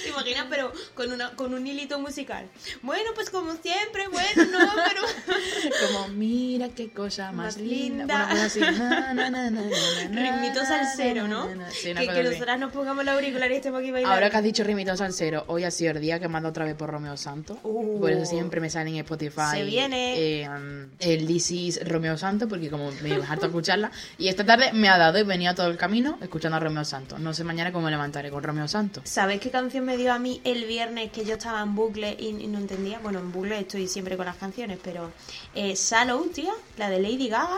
[SPEAKER 3] ¿Te imaginas? Pero con, una, con un hilito musical. Bueno, pues como siempre, bueno, no, pero...
[SPEAKER 2] Como, mira qué cosa más,
[SPEAKER 3] Más
[SPEAKER 2] linda.
[SPEAKER 3] linda.
[SPEAKER 2] Una cosa así. Na, na, na, na, na, na,
[SPEAKER 3] Ritmito
[SPEAKER 2] na,
[SPEAKER 3] salsero,
[SPEAKER 2] na,
[SPEAKER 3] ¿no?
[SPEAKER 2] na, na. Sí, una
[SPEAKER 3] que
[SPEAKER 2] cosa
[SPEAKER 3] que
[SPEAKER 2] así.
[SPEAKER 3] nosotras nos pongamos el auricular y estemos aquí bailando.
[SPEAKER 2] Ahora que has dicho rimito salsero, hoy ha sido el día que mando otra vez por Romeo Santo.
[SPEAKER 3] Uh.
[SPEAKER 2] por eso siempre me sale en Spotify.
[SPEAKER 3] Se viene.
[SPEAKER 2] eh, um, el This is Romeo Santo, porque como me harto escucharla. Y esta tarde me ha dado y venía todo el camino escuchando a Romeo Santo. No sé mañana cómo me levantaré con Romeo Santo.
[SPEAKER 3] ¿Sabéis qué canción me dio a mí el viernes que yo estaba en bucle y, y no entendía? Bueno, en bucle estoy siempre con las canciones, pero... Eh, Shallow, tía, la de Lady Gaga,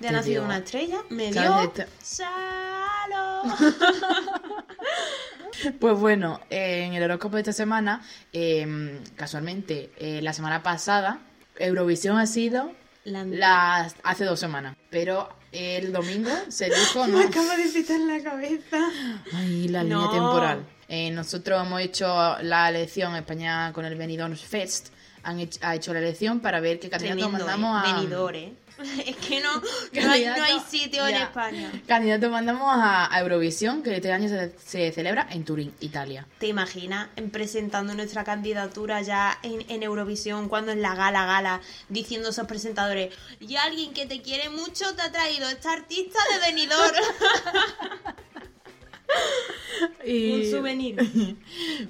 [SPEAKER 3] de Ha
[SPEAKER 2] Te
[SPEAKER 3] nacido
[SPEAKER 2] digo.
[SPEAKER 3] una estrella, me
[SPEAKER 2] Claro,
[SPEAKER 3] dio...
[SPEAKER 2] esta-
[SPEAKER 3] Shallow.
[SPEAKER 2] Pues bueno, eh, en el horóscopo de esta semana, eh, casualmente, eh, la semana pasada, Eurovisión ha sido
[SPEAKER 3] La-
[SPEAKER 2] las hace dos semanas. Pero el domingo se dijo, ¿no?
[SPEAKER 3] Me acabo de pitar la cabeza.
[SPEAKER 2] Ay, la línea
[SPEAKER 3] No.
[SPEAKER 2] temporal. Eh, nosotros hemos hecho la elección España con el Benidorm Fest. Han hecho, ha hecho la elección para ver qué candidato
[SPEAKER 3] Tremendo,
[SPEAKER 2] mandamos
[SPEAKER 3] ¿eh?
[SPEAKER 2] a.
[SPEAKER 3] Venidor, ¿eh? Es que no, no, hay, no hay
[SPEAKER 2] Candidato-
[SPEAKER 3] sitio en
[SPEAKER 2] ya.
[SPEAKER 3] España.
[SPEAKER 2] Candidato mandamos a, a Eurovisión, que este año se, se celebra en Turín, Italia.
[SPEAKER 3] ¿Te imaginas en presentando nuestra candidatura ya en, en Eurovisión, cuando en la gala gala, diciendo a esos presentadores, y alguien que te quiere mucho te ha traído esta artista de Benidorm? Un souvenir.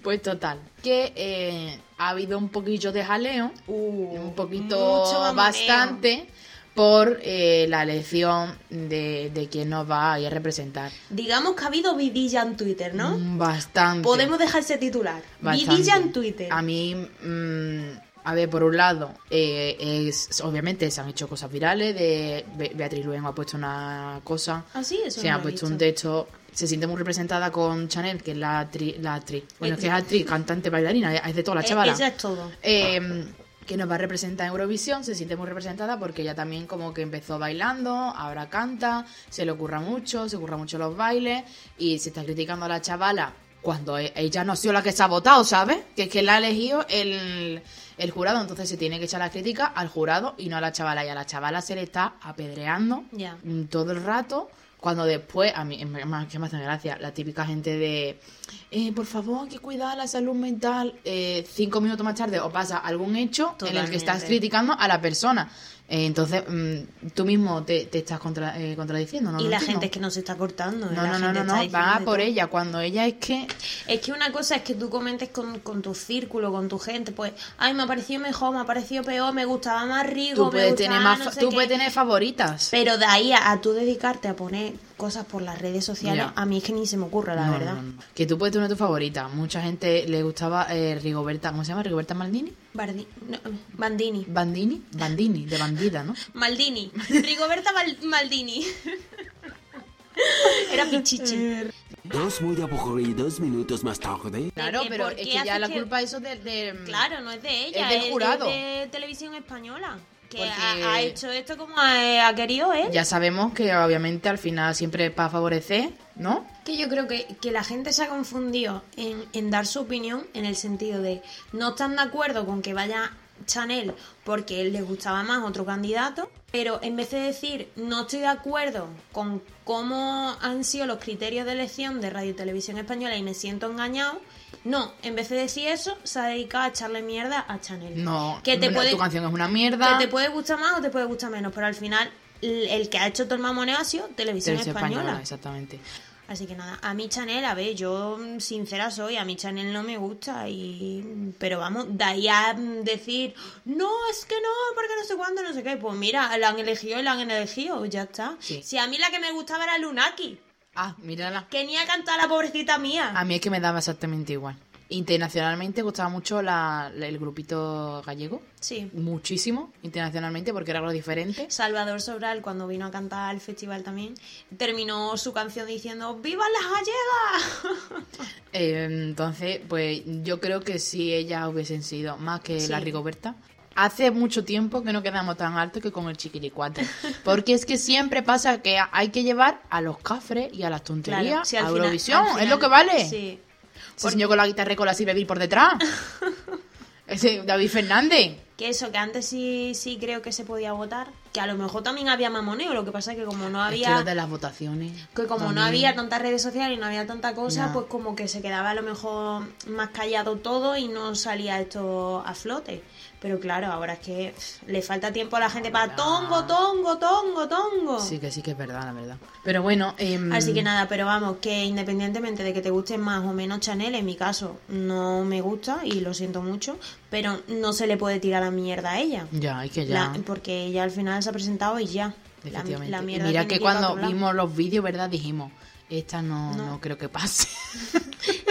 [SPEAKER 2] Pues total, que eh, ha habido un poquillo de jaleo.
[SPEAKER 3] Uh,
[SPEAKER 2] un poquito
[SPEAKER 3] mucho mamoneo.
[SPEAKER 2] bastante por eh, la elección de, de quién nos va a ir a representar.
[SPEAKER 3] Digamos que ha habido vidilla en Twitter, ¿no?
[SPEAKER 2] Mm, Bastante.
[SPEAKER 3] Podemos dejar ese titular.
[SPEAKER 2] bastante.
[SPEAKER 3] Vidilla en Twitter.
[SPEAKER 2] A mí, mm, a ver, por un lado, eh, es, obviamente se han hecho cosas virales. De Be- Beatriz Luengo ha puesto una cosa.
[SPEAKER 3] ¿Ah, sí? Eso
[SPEAKER 2] se
[SPEAKER 3] no
[SPEAKER 2] ha
[SPEAKER 3] lo he
[SPEAKER 2] puesto
[SPEAKER 3] visto.
[SPEAKER 2] un texto. Se siente muy representada con Chanel, que es la, actri- la actriz. Bueno, es que es actriz, cantante, bailarina, es de toda la
[SPEAKER 3] Eh,
[SPEAKER 2] chavala.
[SPEAKER 3] Eso es todo.
[SPEAKER 2] Eh, que nos va a representar en Eurovisión, se siente muy representada porque ella también como que empezó bailando, ahora canta, se le ocurra mucho, se ocurra mucho los bailes y se está criticando a la chavala cuando e- ella no ha sido la que se ha votado, ¿sabes? Que es que la ha elegido el, el jurado, entonces se tiene que echar la crítica al jurado y no a la chavala y a la chavala se le está apedreando
[SPEAKER 3] Ya.
[SPEAKER 2] mm, todo el rato. Cuando después, a mí, es más que me hace gracia, la típica gente de, eh, por favor, hay que cuidar la salud mental. eh, cinco minutos más tarde o pasa algún hecho en el que estás
[SPEAKER 3] Totalmente.
[SPEAKER 2] criticando a la persona. Eh, entonces, mm, tú mismo te, te estás contra- eh, contradiciendo, ¿no?
[SPEAKER 3] y
[SPEAKER 2] lo
[SPEAKER 3] la
[SPEAKER 2] entiendo.
[SPEAKER 3] gente es que no se está cortando.
[SPEAKER 2] No, no,
[SPEAKER 3] la
[SPEAKER 2] no,
[SPEAKER 3] gente
[SPEAKER 2] no,
[SPEAKER 3] está
[SPEAKER 2] no,
[SPEAKER 3] diciendo
[SPEAKER 2] va
[SPEAKER 3] de
[SPEAKER 2] por
[SPEAKER 3] todo.
[SPEAKER 2] ella. Cuando ella es que
[SPEAKER 3] Es que una cosa es que tú comentes con, con tu círculo, con tu gente, pues, ay, me ha parecido mejor, me ha parecido peor, me gustaba más rico,
[SPEAKER 2] tú
[SPEAKER 3] me
[SPEAKER 2] puedes
[SPEAKER 3] gustaba
[SPEAKER 2] tener más,
[SPEAKER 3] no
[SPEAKER 2] fa-
[SPEAKER 3] sé
[SPEAKER 2] tú
[SPEAKER 3] qué.
[SPEAKER 2] puedes tener favoritas.
[SPEAKER 3] Pero de ahí a, a tú dedicarte a poner cosas por las redes sociales,
[SPEAKER 2] Ya.
[SPEAKER 3] a mí es que ni se me ocurre, la
[SPEAKER 2] No, no,
[SPEAKER 3] verdad.
[SPEAKER 2] no, no. Que tú puedes tener tu favorita. Mucha gente le gustaba eh, Rigoberta, ¿cómo se llama? Rigoberta Maldini.
[SPEAKER 3] Bardi- no, Bandini.
[SPEAKER 2] Bandini, Bandini, de bandida, ¿no?
[SPEAKER 3] Maldini. Rigoberta Val- Maldini. Era pichichi.
[SPEAKER 7] Dos muy aburridos minutos más tarde.
[SPEAKER 2] Claro,
[SPEAKER 3] que
[SPEAKER 2] pero
[SPEAKER 3] por
[SPEAKER 2] es
[SPEAKER 3] qué
[SPEAKER 2] que ya
[SPEAKER 3] haces
[SPEAKER 2] la
[SPEAKER 3] que-
[SPEAKER 2] culpa eso de, de- mm,
[SPEAKER 3] Claro, no es de ella,
[SPEAKER 2] Es del
[SPEAKER 3] de-
[SPEAKER 2] jurado.
[SPEAKER 3] de Televisión Española. Que
[SPEAKER 2] Porque-
[SPEAKER 3] ha, ha hecho esto como ha, ha querido él.
[SPEAKER 2] Ya sabemos que obviamente al final siempre es para favorecer, ¿no?
[SPEAKER 3] Que yo creo que, que la gente se ha confundido en, en dar su opinión en el sentido de no están de acuerdo con que vaya Chanel porque él les gustaba más otro candidato, pero en vez de decir no estoy de acuerdo con cómo han sido los criterios de elección de Radio y Televisión Española y me siento engañado, no, en vez de decir eso, se ha dedicado a echarle mierda a Chanel.
[SPEAKER 2] No,
[SPEAKER 3] que te
[SPEAKER 2] la-
[SPEAKER 3] puede,
[SPEAKER 2] tu canción es una mierda.
[SPEAKER 3] que te puede gustar más o te puede gustar menos, pero al final el, el que ha hecho todo el mamoneo ha sido Televisión,
[SPEAKER 2] Televisión
[SPEAKER 3] Española.
[SPEAKER 2] Exactamente.
[SPEAKER 3] Así que nada, a mí Chanel, a ver, yo mm, sincera soy, a mí Chanel no me gusta y... mm, Pero vamos, de ahí a mm, decir, no, es que no, porque no sé cuándo, no sé qué. Pues mira, la han elegido y la han elegido, ya está.
[SPEAKER 2] Sí.
[SPEAKER 3] Si a mí la que me gustaba era Lunaki,
[SPEAKER 2] Ah, mírala.
[SPEAKER 3] que ni ha cantado la pobrecita mía.
[SPEAKER 2] A mí es que me daba exactamente igual. Internacionalmente gustaba mucho la- la- el grupito gallego.
[SPEAKER 3] Sí.
[SPEAKER 2] Muchísimo, internacionalmente, porque era algo diferente.
[SPEAKER 3] Salvador Sobral, cuando vino a cantar al festival también, terminó su canción diciendo, ¡Vivan las gallegas!
[SPEAKER 2] Eh, entonces, pues yo creo que si ellas hubiesen sido más que
[SPEAKER 3] Sí.
[SPEAKER 2] la Rigoberta. Hace mucho tiempo que no quedamos tan altos que con el chiquilicuate. Porque es que siempre pasa que hay que llevar a los cafres y a las tonterías
[SPEAKER 3] Claro, sí,
[SPEAKER 2] a
[SPEAKER 3] al final-
[SPEAKER 2] Eurovisión.
[SPEAKER 3] al
[SPEAKER 2] es
[SPEAKER 3] final-
[SPEAKER 2] lo que vale.
[SPEAKER 3] Sí.
[SPEAKER 2] Ese señor con la guitarra y con la Silvia Vil por detrás. Ese David Fernández.
[SPEAKER 3] Que eso, que antes sí, sí creo que se podía votar. Que a lo mejor también había mamoneo, lo que pasa es que como no
[SPEAKER 2] Es que
[SPEAKER 3] había.
[SPEAKER 2] lo de las votaciones.
[SPEAKER 3] Que como no
[SPEAKER 2] también.
[SPEAKER 3] había tantas redes sociales y no había tanta cosa,
[SPEAKER 2] Ya.
[SPEAKER 3] pues como que se quedaba a lo mejor más callado todo y no salía esto a flote. Pero claro, ahora es que pff, le falta tiempo a la gente para tongo, tongo, tongo, tongo.
[SPEAKER 2] Sí, que sí que es verdad, la verdad. Pero bueno. em,
[SPEAKER 3] Así que nada, pero vamos, que independientemente de que te guste más o menos Chanel, en mi caso no me gusta y lo siento mucho, pero no se le puede tirar la mierda a ella.
[SPEAKER 2] Ya, es que ya.
[SPEAKER 3] La- porque ella al final se ha presentado y ya. La,
[SPEAKER 2] Efectivamente.
[SPEAKER 3] la
[SPEAKER 2] Y
[SPEAKER 3] mierda
[SPEAKER 2] mira
[SPEAKER 3] tiene
[SPEAKER 2] que
[SPEAKER 3] ir para
[SPEAKER 2] cuando
[SPEAKER 3] otro lado.
[SPEAKER 2] vimos los vídeos, ¿verdad? Dijimos, esta no,
[SPEAKER 3] No.
[SPEAKER 2] no. creo que pase.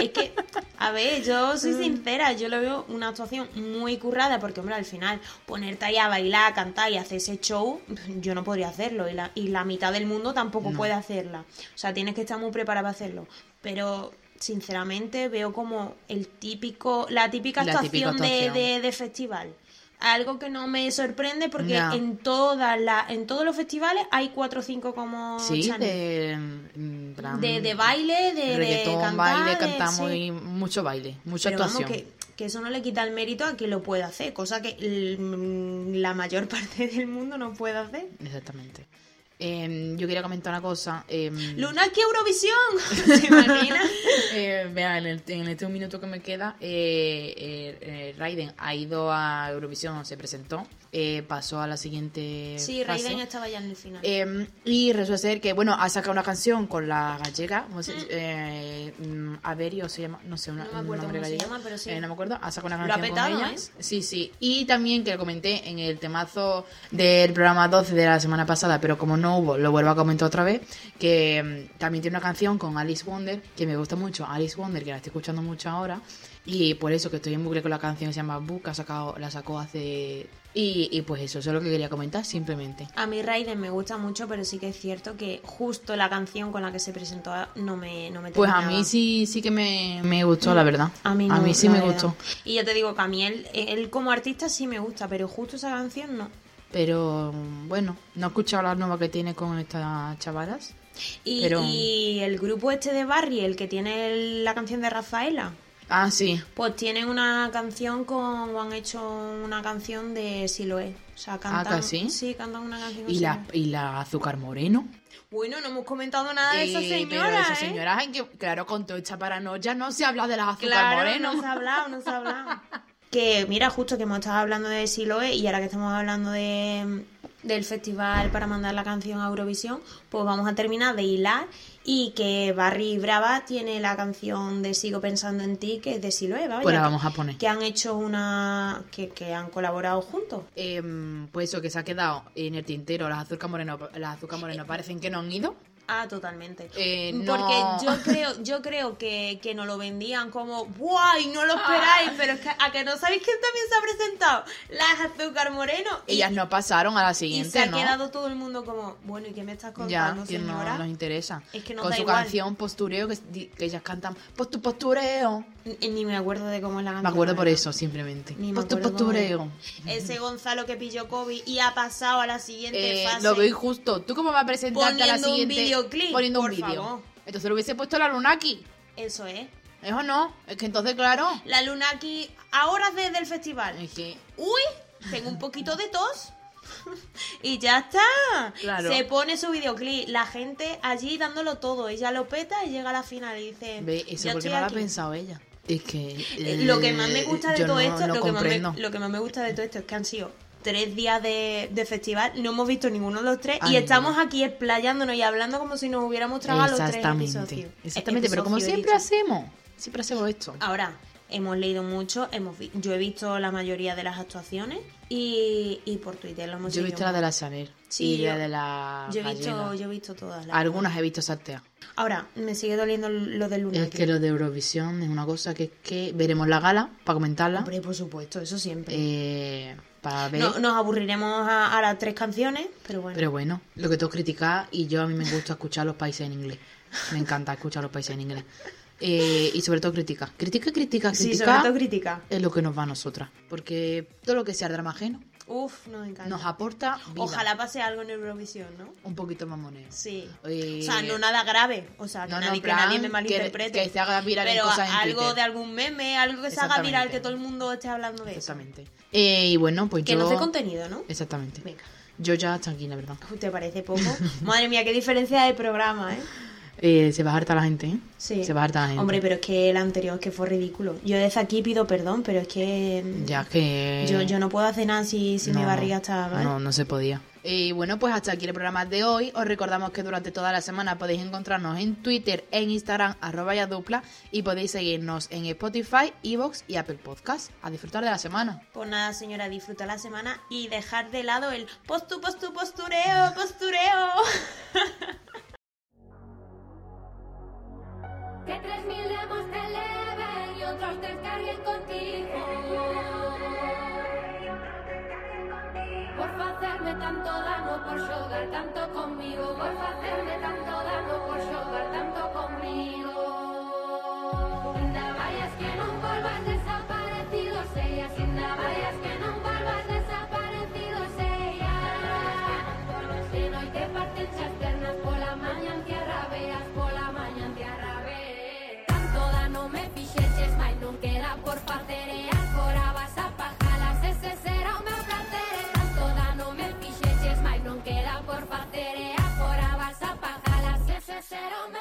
[SPEAKER 3] Es que, a ver, yo
[SPEAKER 2] Mm.
[SPEAKER 3] soy sincera, yo lo veo una actuación muy currada, porque, hombre, al final, ponerte ahí a bailar, a cantar y hacer ese show, yo no podría hacerlo. Y la, y la mitad del mundo tampoco puede hacerla. O sea, tienes que estar muy preparada para hacerlo. Pero. Sinceramente veo como el típico, la típica
[SPEAKER 2] La típica
[SPEAKER 3] actuación, de-
[SPEAKER 2] actuación.
[SPEAKER 3] de- de festival. Algo que no me sorprende porque
[SPEAKER 2] No.
[SPEAKER 3] en todas la, en todos los festivales hay cuatro o cinco como
[SPEAKER 2] sí,
[SPEAKER 3] Chanel.
[SPEAKER 2] de, en plan,
[SPEAKER 3] De, de baile, de, de
[SPEAKER 2] reggaetón,
[SPEAKER 3] cantar,
[SPEAKER 2] baile,
[SPEAKER 3] de-
[SPEAKER 2] cantamos
[SPEAKER 3] sí.
[SPEAKER 2] y mucho baile, mucha
[SPEAKER 3] Pero vamos,
[SPEAKER 2] actuación.
[SPEAKER 3] que, que eso no le quita el mérito a que lo pueda hacer, cosa que l- mm, la mayor parte del mundo no puede hacer.
[SPEAKER 2] Mm. Exactamente. Em, yo quería comentar una cosa. em,
[SPEAKER 3] ¡Lunaki Eurovisión! ¿Te imaginas?
[SPEAKER 2] Eh, vea, en, el- en este un minuto que me queda, eh, eh, eh, Raiden ha ido a Eurovisión, se presentó, eh, pasó a la siguiente.
[SPEAKER 3] sí,
[SPEAKER 2] fase.
[SPEAKER 3] Raiden estaba ya en el final.
[SPEAKER 2] Eh, y resulta ser que, bueno, ha sacado una canción con la gallega, ¿cómo se- eh, mm, Averio se llama, no sé, una,
[SPEAKER 3] Ah. No me
[SPEAKER 2] un
[SPEAKER 3] acuerdo
[SPEAKER 2] nombre
[SPEAKER 3] cómo se
[SPEAKER 2] gallego.
[SPEAKER 3] llama, pero sí.
[SPEAKER 2] Eh, no me acuerdo, ha sacado una
[SPEAKER 3] Lo ha
[SPEAKER 2] canción con
[SPEAKER 3] petado,
[SPEAKER 2] ella. Sí, sí. Y también que lo comenté en el temazo del programa 12 de la semana pasada, pero como no hubo, lo vuelvo a comentar otra vez, que mm, también tiene una canción con Alice Wonder, que me gusta mucho, Alice Wonder, que la estoy escuchando mucho ahora, y por eso que estoy en bucle con la canción que se llama Book, que ha sacado, la sacó hace... Y, y pues eso, eso es lo que quería comentar, simplemente.
[SPEAKER 3] A mí Raiden me gusta mucho, pero sí que es cierto que justo la canción con la que se presentó no me, no me
[SPEAKER 2] Pues a
[SPEAKER 3] terminaba.
[SPEAKER 2] mí sí, sí que me, me gustó, la verdad.
[SPEAKER 3] A mí, no,
[SPEAKER 2] sí
[SPEAKER 3] la
[SPEAKER 2] me
[SPEAKER 3] verdad.
[SPEAKER 2] gustó.
[SPEAKER 3] Y ya te digo que a mí él, él como artista sí me gusta, pero justo esa canción no.
[SPEAKER 2] Pero bueno, no he escuchado la nueva que tiene con estas chavalas.
[SPEAKER 3] Y,
[SPEAKER 2] Pero-
[SPEAKER 3] y el grupo este de Barry, el que tiene el- la canción de Rafaela,
[SPEAKER 2] Ah, sí.
[SPEAKER 3] pues tienen una canción con. o han hecho una canción de Siloé. O sea, cantan.
[SPEAKER 2] Ah, ¿que sí?
[SPEAKER 3] cantan una canción con
[SPEAKER 2] Y la,
[SPEAKER 3] Siloé.
[SPEAKER 2] y la Azúcar Moreno.
[SPEAKER 3] Bueno, no hemos comentado nada de Ah, esa
[SPEAKER 2] Eh,
[SPEAKER 3] señora.
[SPEAKER 2] pero esa
[SPEAKER 3] ¿eh?
[SPEAKER 2] señora, ay, que, claro, con toda esta paranoia no se habla de las Azúcar
[SPEAKER 3] Claro,
[SPEAKER 2] Moreno.
[SPEAKER 3] no se ha hablado, no se ha hablado. que mira, justo que hemos estado hablando de Siloé y ahora que estamos hablando de, del festival para mandar la canción a Eurovisión, pues vamos a terminar de hilar y que Barry Brava tiene la canción de Sigo pensando en ti, que es de Siloe, vaya,
[SPEAKER 2] Pues la
[SPEAKER 3] que-
[SPEAKER 2] vamos a poner.
[SPEAKER 3] Que han hecho una... que, que han colaborado juntos.
[SPEAKER 2] Em, pues eso, que se ha quedado en el tintero. Las azúcar moreno, las azúcar moreno parecen que no han ido.
[SPEAKER 3] Ah, totalmente.
[SPEAKER 2] Eh, no.
[SPEAKER 3] Porque yo creo, yo creo que, que nos lo vendían como ¡Guay! No lo esperáis, pero es que a que no sabéis quién también se ha presentado. Las azúcar moreno. Y-
[SPEAKER 2] Ellas no pasaron a la
[SPEAKER 3] Y
[SPEAKER 2] siguiente,
[SPEAKER 3] se ha
[SPEAKER 2] ¿no?
[SPEAKER 3] quedado todo el mundo como, bueno, ¿y qué me estás
[SPEAKER 2] ya,
[SPEAKER 3] contando,
[SPEAKER 2] que no
[SPEAKER 3] señora?
[SPEAKER 2] nos interesa.
[SPEAKER 3] Es que nos
[SPEAKER 2] Con
[SPEAKER 3] da
[SPEAKER 2] su
[SPEAKER 3] igual.
[SPEAKER 2] canción Postureo, que, di- que ellas cantan Postu Postureo.
[SPEAKER 3] Ni- eh, Ni me acuerdo de cómo es la canción.
[SPEAKER 2] Me acuerdo por
[SPEAKER 3] ¿verdad?
[SPEAKER 2] eso, Pues simplemente.
[SPEAKER 3] Ah, Ni me
[SPEAKER 2] Postu
[SPEAKER 3] acuerdo cómo es.
[SPEAKER 2] Postureo.
[SPEAKER 3] Ese Gonzalo que pilló COVID y ha pasado a la siguiente
[SPEAKER 2] Eh,
[SPEAKER 3] fase.
[SPEAKER 2] lo veo injusto. ¿Tú cómo vas a presentarte a la
[SPEAKER 3] Poniendo un
[SPEAKER 2] siguiente?
[SPEAKER 3] videoclip,
[SPEAKER 2] Poniendo un
[SPEAKER 3] por favor.
[SPEAKER 2] vídeo. Entonces lo hubiese puesto la Lunaki.
[SPEAKER 3] Eso es.
[SPEAKER 2] Eso no. Es que entonces, claro.
[SPEAKER 3] La luna aquí, a horas desde el festival.
[SPEAKER 2] Es que
[SPEAKER 3] Uy, tengo un poquito de tos. y ya está.
[SPEAKER 2] Claro.
[SPEAKER 3] Se pone su videoclip. La gente allí dándolo todo. Ella lo peta y llega a la final y dice...
[SPEAKER 2] Ve, eso
[SPEAKER 3] "Yo
[SPEAKER 2] porque no
[SPEAKER 3] estoy
[SPEAKER 2] lo ha
[SPEAKER 3] aquí".
[SPEAKER 2] pensado ella. Es que.
[SPEAKER 3] Eh, lo que más me
[SPEAKER 2] eh,
[SPEAKER 3] gusta de
[SPEAKER 2] yo
[SPEAKER 3] todo
[SPEAKER 2] no-
[SPEAKER 3] esto,
[SPEAKER 2] no
[SPEAKER 3] lo, que más me,
[SPEAKER 2] comprendo.
[SPEAKER 3] lo que más me gusta de todo esto es que han sido tres días de, de festival, no hemos visto ninguno de los tres
[SPEAKER 2] Ay,
[SPEAKER 3] y
[SPEAKER 2] no.
[SPEAKER 3] estamos aquí explayándonos y hablando como si nos hubiéramos tragado los tres
[SPEAKER 2] Exactamente.
[SPEAKER 3] episodios.
[SPEAKER 2] Exactamente, pero como
[SPEAKER 3] Episodios,
[SPEAKER 2] siempre
[SPEAKER 3] he
[SPEAKER 2] hacemos. Siempre hacemos esto.
[SPEAKER 3] dicho. Ahora, hemos leído mucho, hemos vi- yo he visto la mayoría de las actuaciones y, y por Twitter lo hemos
[SPEAKER 2] Yo he
[SPEAKER 3] seguido
[SPEAKER 2] visto la de
[SPEAKER 3] más.
[SPEAKER 2] la Saner.
[SPEAKER 3] Sí,
[SPEAKER 2] y la
[SPEAKER 3] yo-
[SPEAKER 2] de la. Ah.
[SPEAKER 3] yo he visto,
[SPEAKER 2] Gallena.
[SPEAKER 3] yo he visto todas las...
[SPEAKER 2] Algunas he visto saltear.
[SPEAKER 3] Ahora, me sigue doliendo lo del lunes.
[SPEAKER 2] Es que lo de Eurovisión es una cosa que es que veremos la gala para comentarla.
[SPEAKER 3] Hombre, por supuesto, eso siempre.
[SPEAKER 2] eh, para ver.
[SPEAKER 3] No- nos aburriremos a, a las tres canciones, pero bueno.
[SPEAKER 2] Pero bueno, lo que tú criticas, y yo a mí me gusta escuchar los países en inglés. Me encanta escuchar los países en inglés. Eh, y sobre todo crítica. Critica, critica, critica.
[SPEAKER 3] Sí, sobre todo crítica.
[SPEAKER 2] es lo que nos va a nosotras. Porque todo lo que sea el drama ajeno
[SPEAKER 3] Uf, nos encanta.
[SPEAKER 2] nos aporta vida.
[SPEAKER 3] Ojalá pase algo en Eurovisión, ¿no?
[SPEAKER 2] Un poquito más moneda.
[SPEAKER 3] Sí.
[SPEAKER 2] Eh,
[SPEAKER 3] O sea, no nada grave. O sea, que,
[SPEAKER 2] no, no,
[SPEAKER 3] nadie,
[SPEAKER 2] en
[SPEAKER 3] que
[SPEAKER 2] plan,
[SPEAKER 3] nadie me
[SPEAKER 2] que-
[SPEAKER 3] malinterprete.
[SPEAKER 2] que se haga viral en
[SPEAKER 3] Pero
[SPEAKER 2] cosas en
[SPEAKER 3] algo
[SPEAKER 2] Twitter.
[SPEAKER 3] de algún meme, algo que se haga
[SPEAKER 2] Exactamente.
[SPEAKER 3] viral, que todo el mundo esté hablando de eso.
[SPEAKER 2] Exactamente. Eh, y bueno, pues
[SPEAKER 3] Que
[SPEAKER 2] yo...
[SPEAKER 3] no hace contenido, ¿no?
[SPEAKER 2] Exactamente.
[SPEAKER 3] Venga.
[SPEAKER 2] Yo ya hasta aquí, la verdad.
[SPEAKER 3] Uf, ¿Te parece poco? Madre mía, qué diferencia de programa, ¿eh?
[SPEAKER 2] Eh, se va a hartar la gente, ¿eh?
[SPEAKER 3] Sí.
[SPEAKER 2] Se va a hartar la gente.
[SPEAKER 3] Hombre, pero es que el anterior es que fue ridículo. Yo desde aquí pido perdón, pero es que. mm,
[SPEAKER 2] Ya que...
[SPEAKER 3] Yo, yo no puedo hacer nada si, si mi
[SPEAKER 2] No,
[SPEAKER 3] barriga está mal.
[SPEAKER 2] No, no se podía. Y bueno, pues hasta aquí el programa de hoy. Os recordamos que durante toda la semana podéis encontrarnos en Twitter, en Instagram, arroba ya dupla, y podéis seguirnos en Spotify, Evox y Apple Podcast. A disfrutar de la semana.
[SPEAKER 3] Pues nada, señora, disfruta la semana y dejar de lado el postu, postu, postureo, postureo.
[SPEAKER 8] Que tres mil lemos te eleven y otros te carguen contigo. Por hacerme tanto daño, por jugar tanto conmigo. Por hacerme tanto daño, por jugar tanto conmigo. Navallas que no vuelvas desaparecidos ellas. Sin navallas que no vuelvas desaparecidos ellas. Que no te parten chasternas por la mañana que arrabeas, por la mañana que arrabeas. Tanto da no me fixeches, mai non queda por partereas, fora vas a pajalas, ese será o meu placer. Tanto da no me fixeches, mai non queda por partereas, fora vas a pajalas, ese será o meu.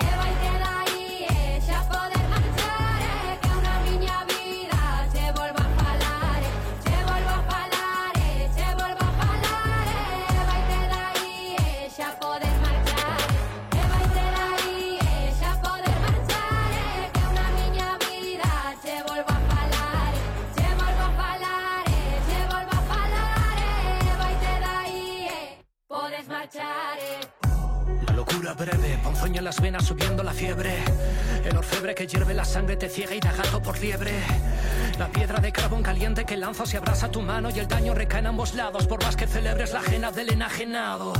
[SPEAKER 8] E vai te dai, e xa poder marchar, e que unha miña vida che volva a falar, e che volva a falar, e che volva a falar, e vai te dai, e xa poder marchar, e vai te dai, e xa poder marchar, e que unha miña vida che volva a falar, e che volva a falar, e che volva a falar, e vai te dai, e podes marchar, e
[SPEAKER 9] La locura breve, ponzoña en las venas subiendo la fiebre. El orfebre que hierve la sangre te ciega y da gato por liebre. La piedra de carbón caliente que lanza se abraza tu mano y el daño recae en ambos lados. Por más que celebres la ajena del enajenado.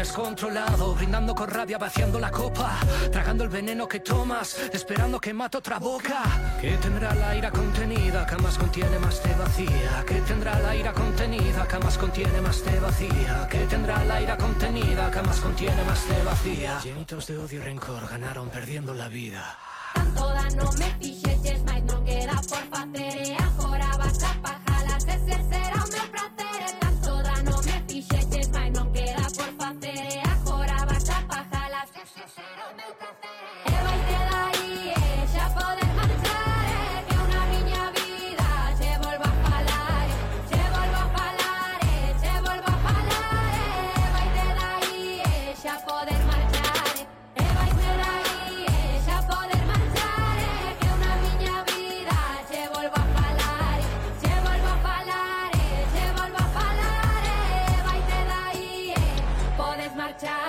[SPEAKER 9] Descontrolado, brindando con rabia, vaciando la copa. Tragando el veneno que tomas, esperando que mate otra boca. Que tendrá la ira contenida, que más contiene más te vacía. Que tendrá la ira contenida, que más contiene más te vacía. Que tendrá la ira contenida, que más contiene más te vacía. Llenitos de odio y rencor ganaron perdiendo la vida.
[SPEAKER 8] Tanto da no me fixeches, mais non queda por facer E agora vas a pajalas, ese será o meu placer E tanto da no me fixeches, mais non queda por facer E agora vas a pajalas, ese será o meu placer E vai te dai, e xa poder marchar E que unha miña vida che volva a falar E che volva a falar, e che volva a falar marcha